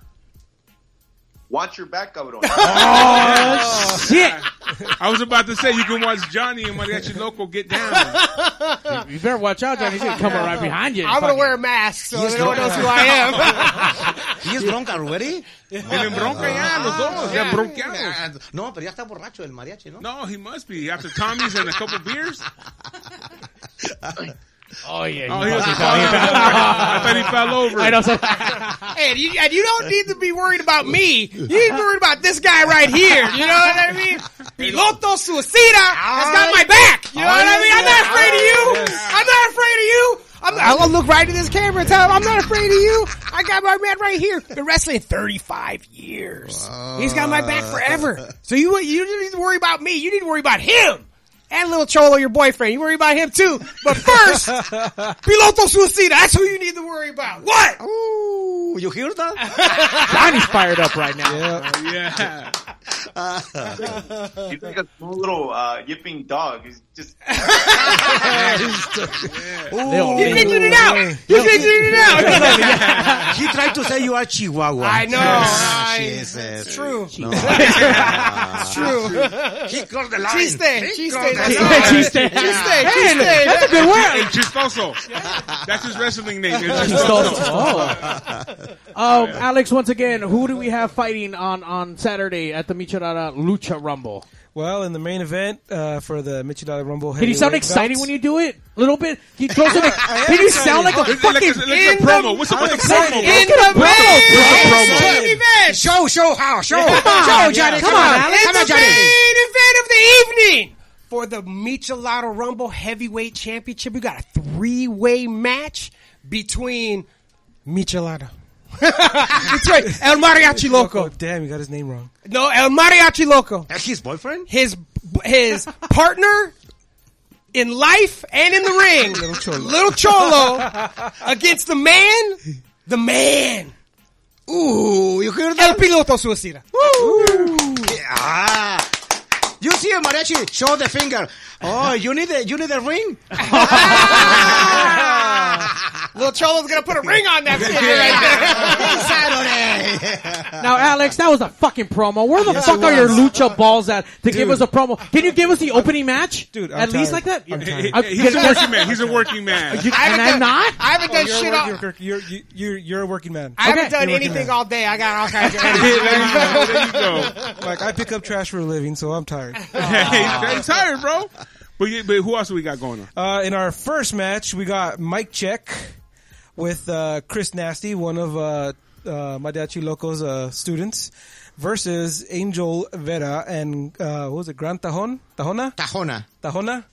Watch your back, Cabrón. Shit, Oh, I was about to say you can watch Johnny and Mariachi Loco get down. you better watch out, Johnny. He's gonna come right behind you. and I'm gonna fucking- wear a mask so He's no one going- knows who I am. He is drunk already? And then bronca ya, los dos, ya bronqueados. Ah, No, pero ya está borracho el mariachi, ¿no? No, he must be after Tommy's and a couple beers. Oh yeah. Oh, he was. I thought he fell over. I know. So, and, you, and you don't need to be worried about me. You need to be worried about this guy right here. You know what I mean? Piloto Suicida has got my back. You know what I mean? I'm not afraid of you. I'm not afraid of you. I'm, I'll look right at this camera and tell him I'm not afraid of you. I got my man right here. Been wrestling 35 years. He's got my back forever. So you you don't need to worry about me. You need to worry about him. And little Cholo, your boyfriend. You worry about him too. But first, Piloto Suicida. That's who you need to worry about. What? Ooh, you hear that? Johnny's fired up right now. Yeah. He's like a small little uh, yipping dog. He's just They'll- You figured it out. You figured it out. He tried to say you are Chihuahua. I know, right? Jesus. True. No. True. He crossed the line. Cheese day. Cheese day. Cheese Yeah, cheese day. day. Cheese day. That's a good El word. Chistoso. That's his wrestling name. El Chistoso. Chistoso. Oh. Um, Alex, once again, who do we have fighting on, on Saturday at the Michelada Lucha Rumble? Well, in the main event uh, for the Michelada Rumble, Can you sound excited when you do it? A little bit? Can you, throw some, can you sound like a It's like fucking... it's like a in promo. the- What's up with the Say, promo, in bro? the promo. main Main event. Show, show how. Show. on, Show, Johnny. yeah. Come Come on, on. Alex. It's Come on, the Johnny. main event of the evening. For the Michelada Rumble Heavyweight Championship, we got a three-way match between Michelada. That's right. El Mariachi Loco? Loco. Damn, you got his name wrong. No, El Mariachi Loco. That's his boyfriend? his his partner in life and in the ring, Cholo. little Cholo, against the man, the man, Ooh, you hear El that? Piloto Suicida. Ah. You see a mariachi, show the finger. Oh, you need the, you need the ring? Ah. Little Cholo's gonna put a ring on that finger right there. event. Now, Alex, that was a fucking promo. Where the fuck are your Lucha balls at to give us a promo? Can you give us the opening match? Dude, I'm At least tired. like that? I'm tired. He- I'm he- He's a getting- working man. He's a working man. You- and I'm not? I haven't done You're shit. a, All, work- you're, you're, you're, you're a working man. I haven't Okay. done You're working anything man. all day. I got all kinds of. There you go. There you go. like I pick up trash for a living, so I'm tired. Hey, he's tired, bro. But, you, but who else do we got going on? Uh, in our first match, we got Mike Check with uh, Chris Nasty, one of uh, uh, Mariachi Loco's uh, students, versus Angel Vera and uh, what was it, Gran Tajon? Tajona? Tajona. Tajona.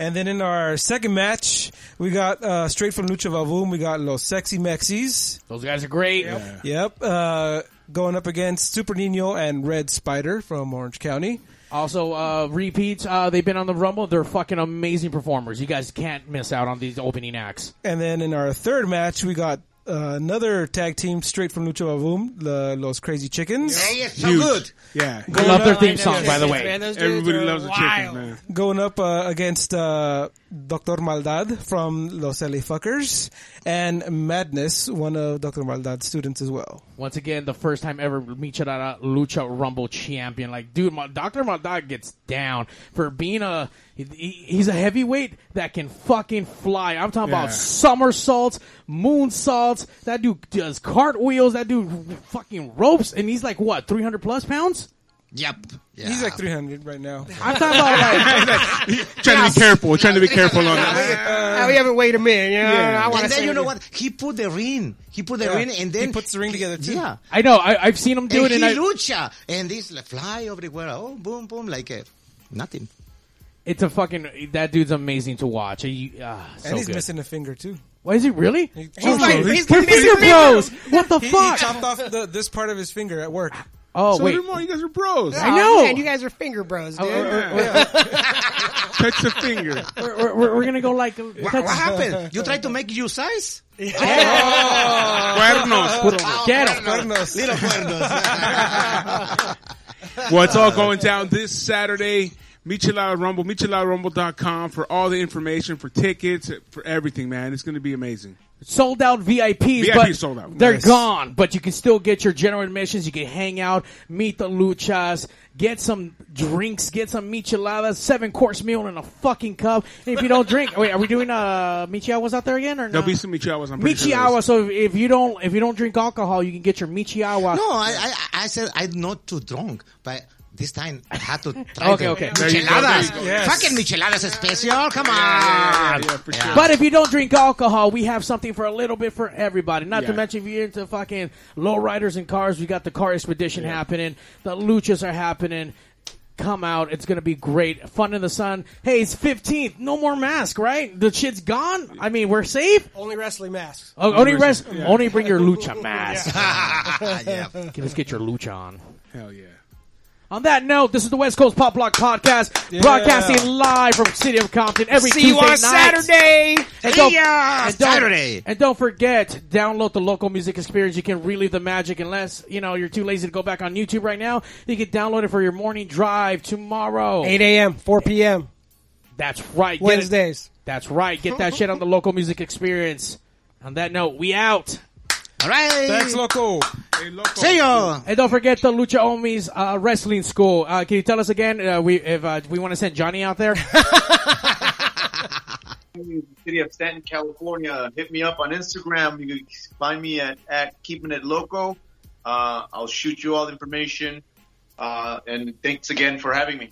And then in our second match, we got uh, straight from Lucha Vavoom, we got Los Sexy Mexis. Those guys are great. Yep. Uh, going up against Super Nino and Red Spider from Orange County. Also, uh, repeats. Uh, they've been on the Rumble. They're fucking amazing performers. You guys can't miss out on these opening acts. And then in our third match, we got uh, another tag team straight from Lucha Vavoom, the Los Crazy Chickens. Huge. Yeah. I love their theme song, by the way. Everybody loves the chicken, man. Going up uh, against uh, Dr. Maldad from Los LA Fuckers and Madness, one of Dr. Maldad's students as well. Once again, the first time ever Michelada Lucha Rumble champion. Like, dude, my, Dr. Madog gets down for being a. He, he's a heavyweight that can fucking fly. I'm talking Yeah. about somersaults, moonsaults. That dude does cartwheels. That dude fucking ropes. And he's like, what, 300 plus pounds? Yep. Yeah. He's like 300 right now. I'm talking about like Trying to be careful. Trying to be careful on that. Now we haven't waited a minute. You know, Yeah. I want to And say then you know that- what? He put the ring. He put the Yeah. ring, and then He puts the ring together, too. Yeah, I know I, I've seen him do and it, he and I, lucha, and this like, fly everywhere. Oh, boom, boom, like uh, nothing. it's a fucking that dude's amazing to watch. He, ah, so And he's good. missing a finger, too. Why is he really? He's like, he's We're like finger bros. What the He, he fuck? chopped off the, this part of his finger at work. oh So wait, come on, you guys are bros. I know. Oh, Oh, Man, you guys are finger bros, dude. Touch the finger. we're, we're- we're, we're gonna go like What, what happened? You tried to make you size? Oh, Cuernos. get him. Cuernos. Little cuernos. Well, it's all going down this Saturday. Michelada Rumble, micheladarumble.com for all the information, for tickets, for everything, man. It's going to be amazing. sold out VIPs. VIP but sold out. They're Nice. gone, but you can still get your general admissions. You can hang out, meet the luchas, get some drinks, get some micheladas, seven course meal in a fucking cup. And if you don't drink, wait, are we doing uh michiawas out there again or no? There'll be some Michiawas. I'm pretty sure there michiawa. is. So if, if you don't if you don't drink alcohol, you can get your michiawa. no, I, I, I said I'm not too drunk, but this time I had to try Okay, the okay. There you go, there you micheladas. go. Yes. Fucking micheladas special. Come on. Yeah, yeah, yeah, for sure. But if you don't drink alcohol, we have something for a little bit for everybody. Not to Yeah. mention, if you're into fucking lowriders and cars, we got the car expedition happening. The luchas are happening. Come out. It's going to be great. Fun in the sun. Hey, it's 15th. No more mask, right? The shit's gone. I mean, we're safe. Only wrestling masks. Oh, only rest. Only bring your lucha mask. yeah. Okay, let's get your lucha on. Hell yeah. On that note, this is the West Coast Pop Block Podcast, broadcasting live from City of Compton every See Tuesday you on night. Saturday. And See don't, ya. and don't- uh, Saturday. And don't forget, download the local music experience. You can relive the magic unless, you know, you're too lazy to go back on YouTube right now. You can download it for your morning drive tomorrow. 8 a.m., 4 p.m., That's right. Get it- Wednesdays. That's right. Get that shit on the local music experience. On that note, we out. All right. Thanks, loco. Hey, loco. See you. And don't forget the Lucha Omi's uh, wrestling school. Uh, can you tell us again uh, we if uh, we want to send Johnny out there? city of Staten, California. Hit me up on Instagram. You can find me at, at Keeping It Loco. Uh, I'll shoot you all the information. Uh, and thanks again for having me.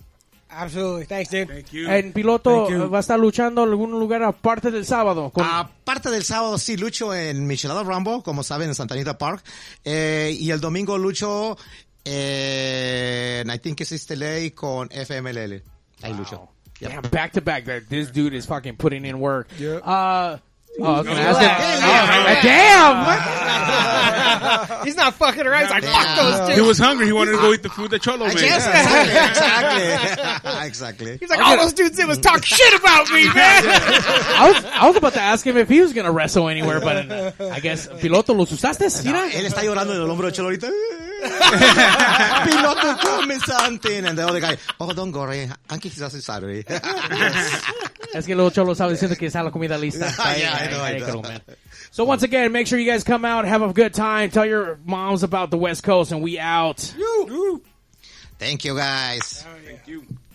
Absolutely. Thanks, dude. Thank you. El piloto Thank you. eh, va a estar luchando en algún lugar aparte del sábado. Con, Aparte del sábado, sí, lucho en Michelada Rambo, como saben, en Santa Anita Park. Eh, y el domingo lucho eh, en I Think It's LA con FMLL. Ahí lucho. Yep. Damn, back to back. That this dude is fucking putting in work. Yep. Uh, oh, I was gonna Yeah. ask him. Yeah. Oh, Damn. what? He's not fucking around. He's like, fuck those He two. was hungry. He wanted to go eat the food that Cholo made. Yes, exactly, exactly. exactly. He's like, all those dudes did was talk shit about me, man. I was I was about to ask him if he was gonna wrestle anywhere, but uh, I guess piloto los usaste. Mira. Él está llorando en el hombro de Cholo ahorita. Piloto, come something. And the other guy, oh, don't worry. Anki is on Saturday. Es que luego Cholo estaba diciendo que está la comida lista. Yeah, I know, I Ay, know. cabrón, man. So once again, make sure you guys come out, have a good time, tell your moms about the West Coast, and we out. Thank you, guys. Thank you.